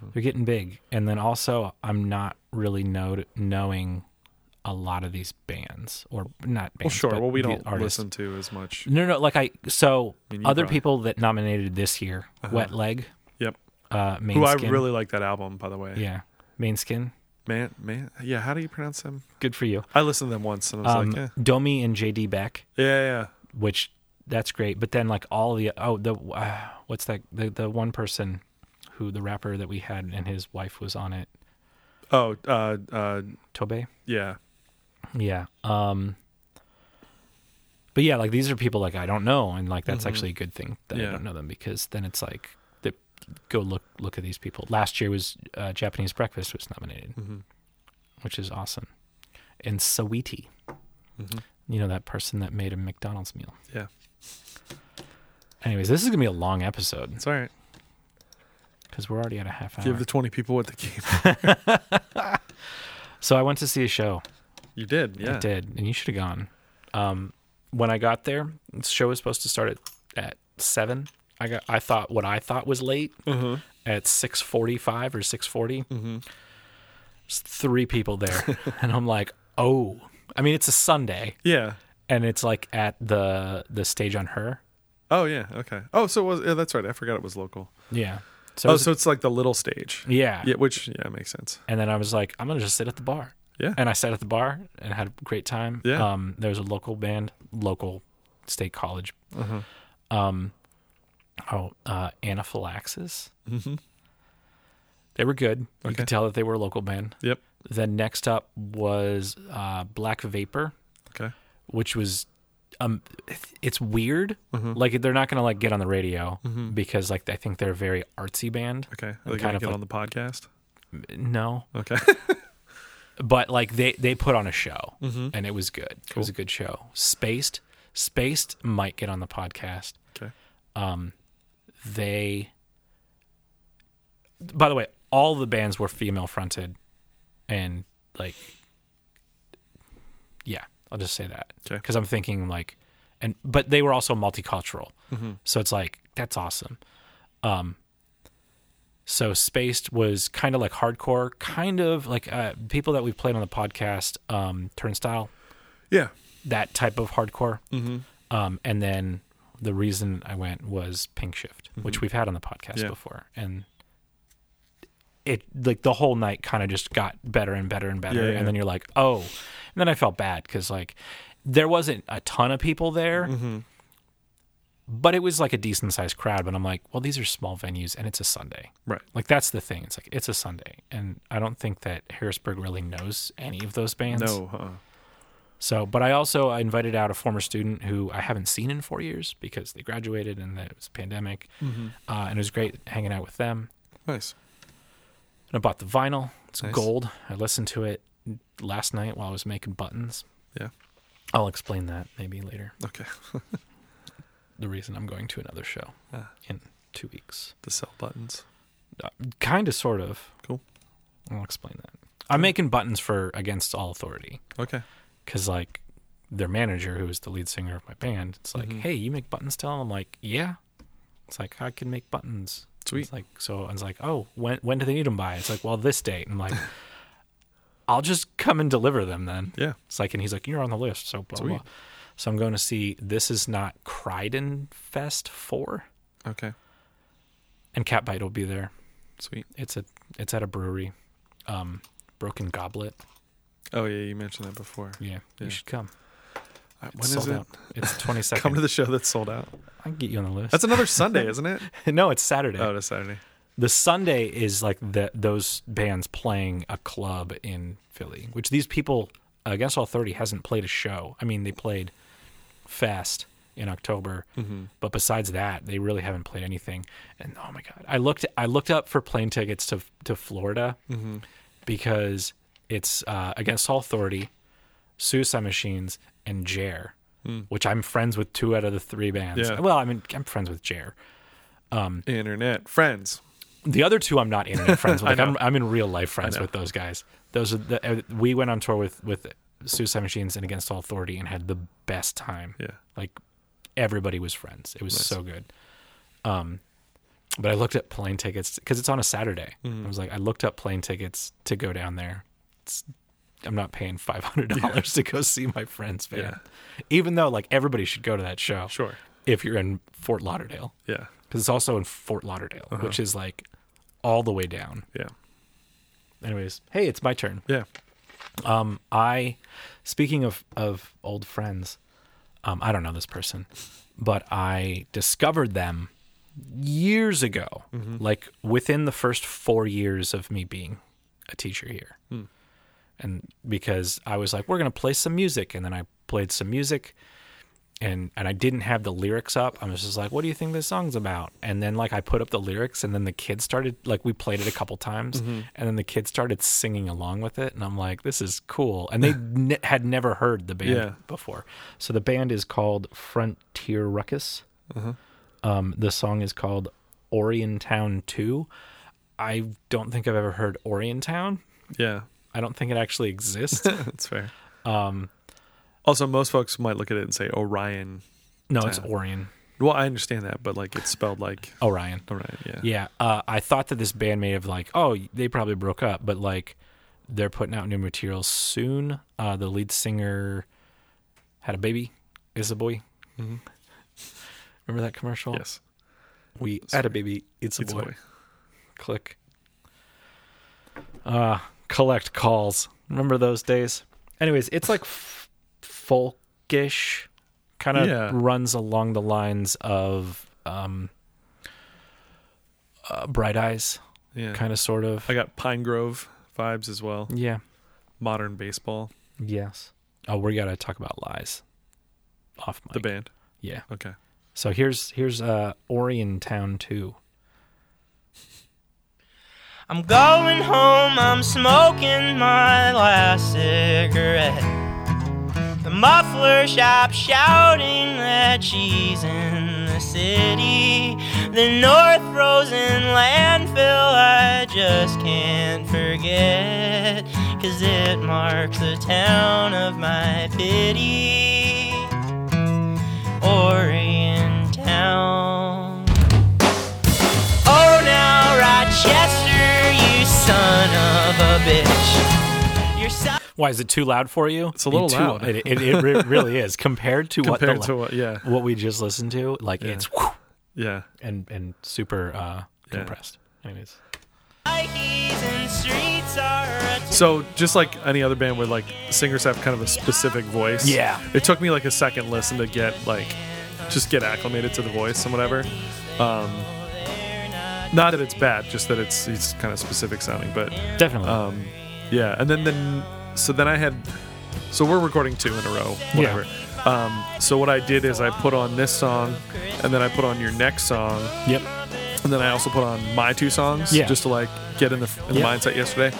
Speaker 1: Hmm.
Speaker 2: They're getting big, and then also I'm not really know, knowing a lot of these bands or not bands.
Speaker 1: Well, sure.
Speaker 2: but
Speaker 1: Well, we
Speaker 2: the
Speaker 1: don't
Speaker 2: artists.
Speaker 1: listen to as much.
Speaker 2: No, no, like I so
Speaker 1: mean, you probably-
Speaker 2: other
Speaker 1: Uh-huh.
Speaker 2: people that nominated this year, Wet Leg,
Speaker 1: Yep.
Speaker 2: uh, Main
Speaker 1: Who I
Speaker 2: Skin,
Speaker 1: really like that album, by the way.
Speaker 2: yeah, Main Skin,
Speaker 1: Man, man. Yeah. How do you pronounce them?
Speaker 2: good for you.
Speaker 1: I listened to them once and I was
Speaker 2: Um,
Speaker 1: like, yeah.
Speaker 2: Domi and JD Beck,
Speaker 1: Yeah, yeah.
Speaker 2: which that's great. But then like all the oh the uh, what's that the the one person who the rapper that we had and his wife was on it,
Speaker 1: Oh, uh, uh,
Speaker 2: Tobe.
Speaker 1: yeah.
Speaker 2: Yeah. Um but yeah, like these are people like I don't know and like that's actually a good thing that I
Speaker 1: Mm-hmm. Yeah.
Speaker 2: don't know them because then it's like that go look look at these people. Last year was uh, Japanese Breakfast was nominated.
Speaker 1: Mm-hmm.
Speaker 2: Which is awesome. And Saweetie.
Speaker 1: Mm-hmm.
Speaker 2: You know that person that made a McDonald's meal.
Speaker 1: Yeah.
Speaker 2: Anyways, this is going to be a long episode
Speaker 1: It's all right.
Speaker 2: cuz we're already at a half hour.
Speaker 1: Give the 20 people what they gave.
Speaker 2: so I went to see a show.
Speaker 1: You did. Yeah.
Speaker 2: I did, and you should have gone. Um, when I got there, the show was supposed to start at, at seven. I got I thought what I thought was late
Speaker 1: Mm-hmm.
Speaker 2: at six forty five or six There's three people there, and I'm like, oh. I mean, it's a Sunday,
Speaker 1: Yeah.
Speaker 2: and it's like at the the stage on her.
Speaker 1: Oh, yeah. Okay. Oh, so it was, yeah, that's right. I forgot it was local.
Speaker 2: Yeah. So, it
Speaker 1: Oh,
Speaker 2: was-
Speaker 1: so it's like the little stage.
Speaker 2: yeah.
Speaker 1: Yeah, which, yeah, makes sense.
Speaker 2: And then I was like, I'm gonna just sit at the bar.
Speaker 1: Yeah.
Speaker 2: and I sat at the bar and had a great time.
Speaker 1: Yeah.
Speaker 2: Um, there was a local band, local state college. Um, oh, uh, Anaphylaxis. Mm-hmm. They were good. You
Speaker 1: Okay.
Speaker 2: could tell that they were a local band.
Speaker 1: Yep.
Speaker 2: Then next up was uh, Black Vapor,
Speaker 1: Okay.
Speaker 2: which was um, it's weird. Like they're not gonna like get on the radio because like I think they're a very artsy band.
Speaker 1: Okay. Are
Speaker 2: I'm
Speaker 1: they
Speaker 2: kind
Speaker 1: going to
Speaker 2: of
Speaker 1: get
Speaker 2: like-
Speaker 1: on the podcast?
Speaker 2: No,
Speaker 1: Okay.
Speaker 2: but like they they put on a show
Speaker 1: Mm-hmm.
Speaker 2: and it was good. It was a good show. Spaced, Spaced might get on the podcast. Um,
Speaker 1: okay.
Speaker 2: They, by the way, all the bands were female fronted, and like, yeah, I'll just say that
Speaker 1: Okay.
Speaker 2: because I'm thinking like, and but they were also multicultural,
Speaker 1: Mm-hmm.
Speaker 2: so it's like that's awesome. Um, So Spaced was kind of like hardcore, kind of like uh, people that we've played on the podcast, um, Turnstile,
Speaker 1: Yeah.
Speaker 2: that type of hardcore.
Speaker 1: Mm-hmm.
Speaker 2: Um, and then the reason I went was Pink Shift, which we've had on the podcast
Speaker 1: Mm-hmm. Yeah.
Speaker 2: before, and it like the whole night kind of just got better and better and better,
Speaker 1: Yeah, yeah.
Speaker 2: and then you're like, oh, and then I felt bad because like there wasn't a ton of people there.
Speaker 1: Mm-hmm.
Speaker 2: But it was like a decent sized crowd, but I'm like, well, these are small venues and it's a Sunday.
Speaker 1: Right.
Speaker 2: Like that's the thing. It's like it's a Sunday, and I don't think that Harrisburg really knows any of those bands.
Speaker 1: No. Uh-uh.
Speaker 2: So, but I also I invited out a former student who I haven't seen in four years because they graduated and it was a pandemic,
Speaker 1: Mm-hmm.
Speaker 2: uh, and it was great hanging out with them.
Speaker 1: Nice.
Speaker 2: And I bought the vinyl. It's
Speaker 1: Nice.
Speaker 2: gold. I listened to it last night while I was making buttons.
Speaker 1: Yeah.
Speaker 2: I'll explain that maybe later.
Speaker 1: Okay.
Speaker 2: The reason I'm going to another show
Speaker 1: Ah.
Speaker 2: in two weeks.
Speaker 1: The sell buttons.
Speaker 2: kind of sort of
Speaker 1: Cool.
Speaker 2: i'll explain that i'm making buttons for against all authority
Speaker 1: Okay.
Speaker 2: because like their manager who is the lead singer of my band it's
Speaker 1: Mm-hmm.
Speaker 2: like hey you make buttons still i'm like yeah it's like i can make buttons
Speaker 1: Sweet.
Speaker 2: it's like so i was like oh when when do they need them by it's like well this date and i'm like i'll just come and deliver them then
Speaker 1: Yeah.
Speaker 2: it's like and he's like you're on the list so blah blah
Speaker 1: Sweet.
Speaker 2: so i'm going to see this is not Crichton fest 4
Speaker 1: Okay.
Speaker 2: and cat bite will be there
Speaker 1: Sweet.
Speaker 2: it's a it's at a brewery um broken goblet
Speaker 1: Oh yeah, you mentioned that before.
Speaker 2: yeah,
Speaker 1: Yeah.
Speaker 2: you should come
Speaker 1: Uh, When
Speaker 2: It's
Speaker 1: is
Speaker 2: sold
Speaker 1: it?
Speaker 2: out. it's 22nd
Speaker 1: Come to the show that's sold out.
Speaker 2: i can get you on the list
Speaker 1: That's another Sunday, isn't it?
Speaker 2: no it's saturday
Speaker 1: Oh, it's Saturday.
Speaker 2: the sunday is like the, those bands playing a club in philly which these people uh, against all 30 hasn't played a show i mean they played fest in october
Speaker 1: Hmm.
Speaker 2: but besides that they really haven't played anything and oh my god i looked i looked up for plane tickets to to florida
Speaker 1: Mm-hmm.
Speaker 2: because it's uh, against all authority, Suicide Machines, and Jer, which I'm friends with two out of the three bands.
Speaker 1: Hmm. Yeah.
Speaker 2: Well, I mean, I'm friends with Jer.
Speaker 1: Mm-hmm. Internet friends.
Speaker 2: The other two, I'm not internet friends with. Like, I'm, I'm in real life friends with those guys. Those are the, uh, we went on tour with with Suicide Machines and Against All Authority and had the best time.
Speaker 1: Yeah.
Speaker 2: like everybody was friends. It was so good. Um, But I looked up plane tickets because it's on a Saturday. I was like, I looked up plane tickets to go down there. It's, I'm not paying five hundred dollars to go see my friends band, even though like everybody should go to that show.
Speaker 1: Sure.
Speaker 2: if you're in Fort Lauderdale,
Speaker 1: Yeah.
Speaker 2: because it's also in Fort Lauderdale, which is like all the way down.
Speaker 1: Yeah.
Speaker 2: Anyways, hey, it's my turn.
Speaker 1: Yeah.
Speaker 2: Um, I, speaking of of old friends, um, I don't know this person, but I discovered them years ago, like within the first four years of me being a teacher here, and because I was like, we're gonna play some music, and then I played some music. And, and I didn't have the lyrics up. I was just like, "What do you think this song's about?" And then like I put up the lyrics, and then the kids started like we played it a couple times, and then the kids started singing along with it, and I'm like, "This is cool." And they ne- had never heard the band
Speaker 1: Yeah.
Speaker 2: before. So the band is called Frontier Ruckus. Um, the song is called Oriontown 2. I don't think I've ever heard Oriontown.
Speaker 1: Yeah.
Speaker 2: I don't think it actually exists.
Speaker 1: That's fair. Um, also, most folks might look at it and say Orion.
Speaker 2: no, it's
Speaker 1: Town.
Speaker 2: Orion.
Speaker 1: Well, I understand that, but like it's spelled like
Speaker 2: Orion.
Speaker 1: Orion. Yeah.
Speaker 2: Yeah. Uh, I thought that this band may have, like, oh, they probably broke up, but like they're putting out new material soon. Uh, the lead singer had a baby, is a boy. Remember that commercial?
Speaker 1: Yes.
Speaker 2: We had a baby, it's a
Speaker 1: It's
Speaker 2: boy.
Speaker 1: boy.
Speaker 2: click. Uh, collect calls. Remember those days? Anyways, it's like f- folkish, kind of
Speaker 1: Yeah.
Speaker 2: runs along the lines of um, uh, Bright Eyes,
Speaker 1: Yeah.
Speaker 2: kind of, sort of. Mm.
Speaker 1: I got Pine Grove vibes as well.
Speaker 2: Yeah.
Speaker 1: Modern baseball.
Speaker 2: Yes. Oh, we gotta talk about lies. Off mic.
Speaker 1: The band.
Speaker 2: Yeah.
Speaker 1: Okay.
Speaker 2: So here's here's uh, Orion Town Two.
Speaker 3: I'm going home, I'm smoking my last cigarette. The muffler shop shouting that she's in the city. The North Rosen landfill I just can't forget. Cause it marks the town of my pity. Orient town. Oh, now, Rochester, you son of a bitch. You're so-
Speaker 2: Why is it too loud for you?
Speaker 1: It's a little
Speaker 2: Too-
Speaker 1: loud.
Speaker 2: It, it, it re- really is compared to what
Speaker 1: Compared
Speaker 2: the,
Speaker 1: to
Speaker 2: li-
Speaker 1: what? Yeah.
Speaker 2: what we just listened to, like it's whew,
Speaker 1: Yeah.
Speaker 2: and and super uh, compressed. Anyways,
Speaker 3: Nikes and streets are a
Speaker 1: So just like any other band would, like singers have kind of a specific voice.
Speaker 2: Yeah.
Speaker 1: It took me like a second listen to get like, just get acclimated to the voice and whatever. Um, not that it's bad, just that it's it's kind of specific sounding. But
Speaker 2: definitely.
Speaker 1: um, yeah, and then then so then I had so we're recording two in a row, whatever. Um, so what I did is I put on this song, and then I put on your next song,
Speaker 2: yep.
Speaker 1: and then I also put on my two songs
Speaker 2: Yeah.
Speaker 1: just to like get in the, in the
Speaker 2: Yeah.
Speaker 1: mindset yesterday.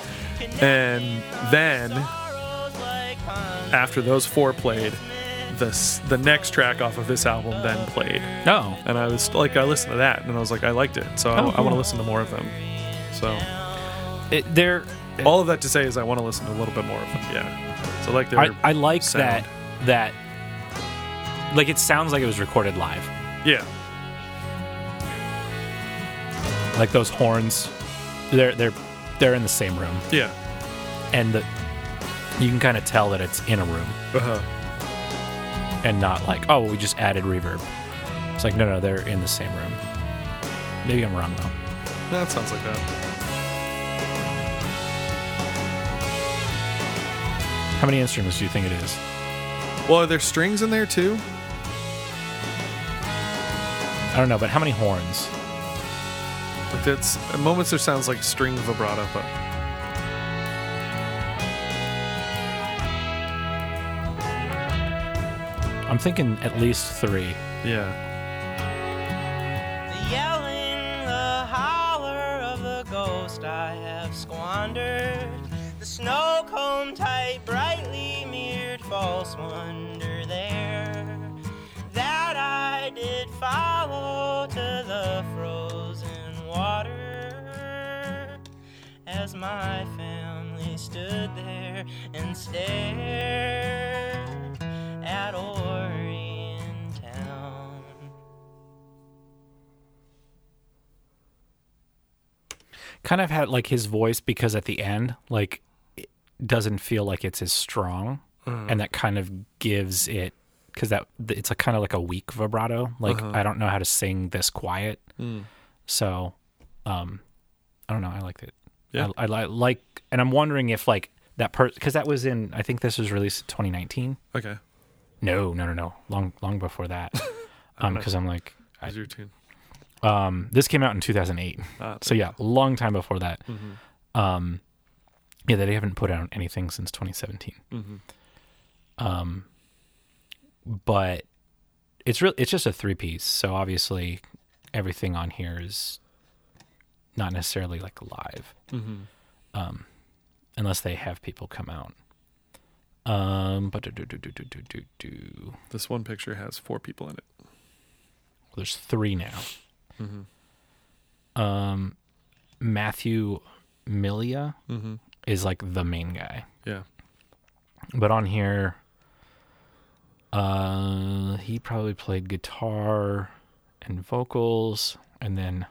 Speaker 1: And then after those four played, the s- the next track off of this album then played,
Speaker 2: No.
Speaker 1: and I was like, I listened to that, and I was like, I liked it, so I-
Speaker 2: Oh,
Speaker 1: I, want
Speaker 2: cool.
Speaker 1: to listen to more of them. So
Speaker 2: It, they're.
Speaker 1: all of that to say is, I want to listen to a little bit more of them. Yeah. So like, their
Speaker 2: I, I like
Speaker 1: sound.
Speaker 2: that that like it sounds like it was recorded live.
Speaker 1: Yeah.
Speaker 2: Like those horns, they're they're they're in the same room,
Speaker 1: Yeah.
Speaker 2: and the you can kind of tell that it's in a room
Speaker 1: Uh-huh.
Speaker 2: and not like oh we just added reverb. It's like no no they're in the same room. Maybe I'm wrong though.
Speaker 1: That sounds like that.
Speaker 2: How many instruments do you think it is?
Speaker 1: Well, are there strings in there too?
Speaker 2: I don't know, but how many horns?
Speaker 1: Like that's at moments there sounds like string vibrato, but
Speaker 2: I'm thinking at least three.
Speaker 1: yeah.
Speaker 3: The yelling, the holler of the ghost I have squandered. The snow cone tight, brightly mirrored false wonder there. That I did follow to the frozen water. As my family stood there and stared at Orient Town.
Speaker 2: kind of had like his voice because at the end, like, it doesn't feel like it's as strong,
Speaker 1: Hmm.
Speaker 2: and that kind of gives it because that it's a kind of like a weak vibrato. Like, I don't know how to sing this quiet,
Speaker 1: Hmm.
Speaker 2: so um, I don't know. I liked it.
Speaker 1: Yeah.
Speaker 2: I, I li- like, and I'm wondering if like that person because that was in I think this was released in 2019.
Speaker 1: Okay.
Speaker 2: No, no, no, no. Long, long before that. Um, because I'm like, I,
Speaker 1: Is your tune?
Speaker 2: um, this came out in 2008.
Speaker 1: Ah,
Speaker 2: So yeah, long time before that. Um, yeah, they haven't put out anything since 2017.
Speaker 1: Mhm.
Speaker 2: Um, but it's really it's just a three piece. So obviously, everything on here is not necessarily like live,
Speaker 1: Mhm.
Speaker 2: um, unless they have people come out. Um, but do do do do do do do do.
Speaker 1: This one picture has four people in it.
Speaker 2: Well, there's three now.
Speaker 1: Mm-hmm.
Speaker 2: Um, Matthew Milia
Speaker 1: Mm-hmm.
Speaker 2: is like the main guy,
Speaker 1: Yeah.
Speaker 2: but on here, uh, he probably played guitar and vocals, and then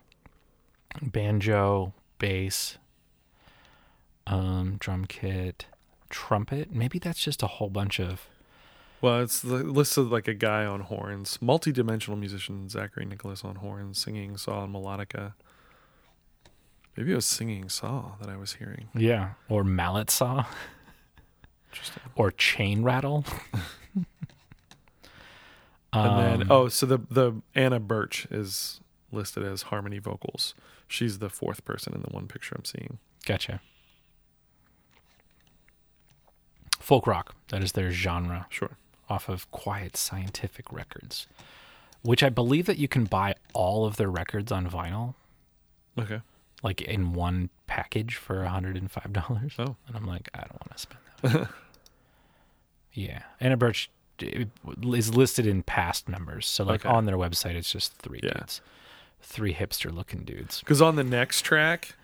Speaker 2: banjo, bass, um, drum kit, trumpet. Maybe that's just a whole bunch of
Speaker 1: Well, it's the list of like a guy on horns, multi-dimensional musician Zachary Nicholas on horns, singing saw and melodica. Maybe it was singing saw that I was hearing.
Speaker 2: yeah, or mallet saw.
Speaker 1: Interesting.
Speaker 2: or chain rattle.
Speaker 1: And
Speaker 2: Um,
Speaker 1: then oh, so the the Anna Birch is listed as harmony vocals. She's the fourth person in the one picture I'm seeing.
Speaker 2: gotcha. Folk rock, that is their genre
Speaker 1: Sure.
Speaker 2: off of Quiet Scientific Records, which I believe that you can buy all of their records on vinyl,
Speaker 1: Okay.
Speaker 2: like in one package for $105.
Speaker 1: Oh.
Speaker 2: And I'm like, I don't want to spend that. much. yeah. Anna Birch d- is listed in past members. So, like,
Speaker 1: Okay.
Speaker 2: on their website, it's just three
Speaker 1: Yeah.
Speaker 2: dudes, three hipster looking dudes.
Speaker 1: Because on the next track,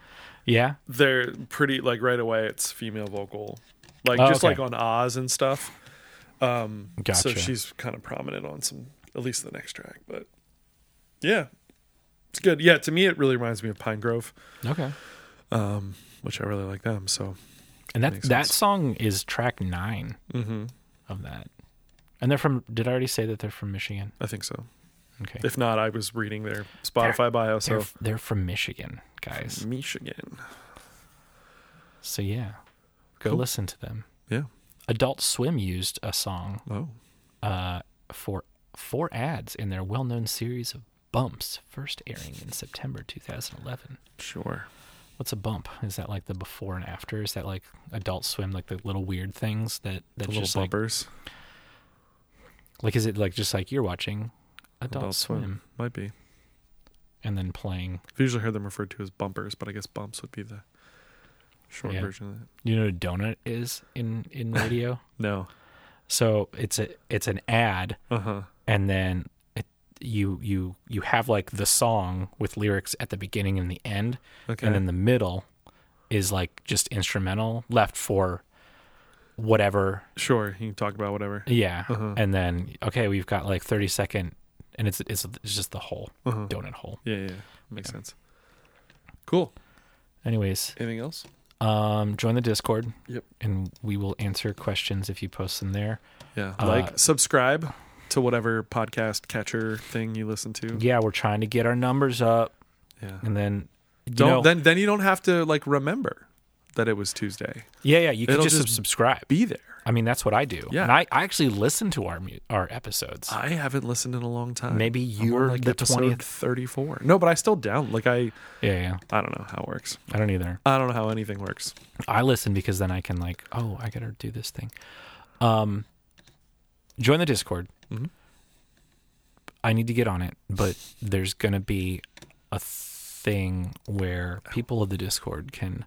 Speaker 2: Yeah.
Speaker 1: they're pretty like right away. It's female vocal, like
Speaker 2: Oh,
Speaker 1: just like
Speaker 2: okay.
Speaker 1: on Oz and stuff. Um,
Speaker 2: Gotcha.
Speaker 1: So she's kind of prominent on some, at least the next track. But yeah, it's good. Yeah, to me, it really reminds me of Pine Grove,
Speaker 2: Okay.
Speaker 1: um, which I really like them. So
Speaker 2: And that
Speaker 1: Makes
Speaker 2: that
Speaker 1: sense.
Speaker 2: song is track 9
Speaker 1: mm-hmm.
Speaker 2: of that. And they're from. Did I already say that they're from Michigan?
Speaker 1: I think so.
Speaker 2: Okay.
Speaker 1: If not, I was reading their Spotify bio.
Speaker 2: They're
Speaker 1: So
Speaker 2: they're from Michigan, guys.
Speaker 1: Michigan.
Speaker 2: So yeah, go
Speaker 1: Cool.
Speaker 2: listen to them.
Speaker 1: Yeah.
Speaker 2: Adult Swim used a song
Speaker 1: Oh,
Speaker 2: uh, for four ads in their well-known series of bumps, first airing in September 2011.
Speaker 1: sure.
Speaker 2: What's a bump? Is that like the before and after? Is that like Adult Swim, like the little weird things that that
Speaker 1: The
Speaker 2: just
Speaker 1: little
Speaker 2: like
Speaker 1: bumpers.
Speaker 2: like is it like just like you're watching Adult,
Speaker 1: Adult
Speaker 2: Swim,
Speaker 1: Swim. Might be.
Speaker 2: and then playing.
Speaker 1: I've usually heard them referred to as bumpers, but I guess bumps would be the short
Speaker 2: Yeah.
Speaker 1: version of that.
Speaker 2: You know what a donut is in in radio.
Speaker 1: No.
Speaker 2: so it's a it's an ad,
Speaker 1: Uh huh.
Speaker 2: and then it, you you you have like the song with lyrics at the beginning and the end,
Speaker 1: Okay.
Speaker 2: and then the middle is like just instrumental left for whatever
Speaker 1: Sure, you can talk about whatever. Uh-huh.
Speaker 2: Yeah, and then okay, we've got like thirty second, and it's it's, it's just the hole
Speaker 1: Uh-huh.
Speaker 2: donut hole.
Speaker 1: Yeah, yeah, yeah. makes sense. Cool.
Speaker 2: Anyways,
Speaker 1: Anything else?
Speaker 2: um, join the Discord.
Speaker 1: Yep.
Speaker 2: and we will answer questions if you post them there.
Speaker 1: Yeah,
Speaker 2: Uh,
Speaker 1: like subscribe to whatever podcast catcher thing you listen to. Yeah,
Speaker 2: Yeah, we're trying to get our numbers up, and then you
Speaker 1: don't
Speaker 2: know-
Speaker 1: then then you don't have to like remember that it was Tuesday.
Speaker 2: yeah, yeah, you can
Speaker 1: it'll
Speaker 2: just,
Speaker 1: just
Speaker 2: subscribe.
Speaker 1: Be there.
Speaker 2: I mean, that's what I do.
Speaker 1: Yeah.
Speaker 2: and I, I actually listen to our mu- our episodes.
Speaker 1: I haven't listened in a long time.
Speaker 2: Maybe
Speaker 1: I'm on,
Speaker 2: you're
Speaker 1: like
Speaker 2: the
Speaker 1: episode
Speaker 2: 20th.
Speaker 1: 34. No, but I still down. Like I
Speaker 2: yeah, yeah,
Speaker 1: I don't know how it works.
Speaker 2: I don't either.
Speaker 1: I don't know how anything works.
Speaker 2: I listen because then I can like, oh, I gotta do this thing. Um, join the Discord.
Speaker 1: Mhm.
Speaker 2: I need to get on it, but there's gonna be a thing where people of the Discord can.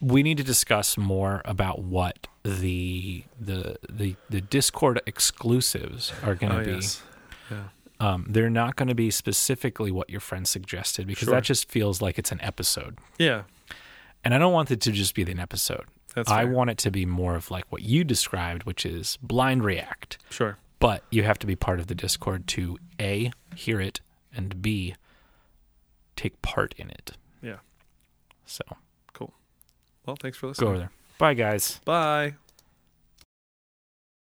Speaker 2: We need to discuss more about what the the the, the Discord exclusives are gonna
Speaker 1: Oh
Speaker 2: be.
Speaker 1: yes. Yeah.
Speaker 2: Um, they're not gonna be specifically what your friend suggested because
Speaker 1: Sure.
Speaker 2: that just feels like it's an episode
Speaker 1: Yeah.
Speaker 2: and I don't want it to just be an episode.
Speaker 1: That's
Speaker 2: I
Speaker 1: fair.
Speaker 2: want it to be more of like what you described, which is blind react.
Speaker 1: Sure.
Speaker 2: But you have to be part of the Discord to a hear it and b take part in it.
Speaker 1: Yeah.
Speaker 2: So
Speaker 1: Well, thanks for listening.
Speaker 2: go over there. Bye, guys.
Speaker 1: Bye.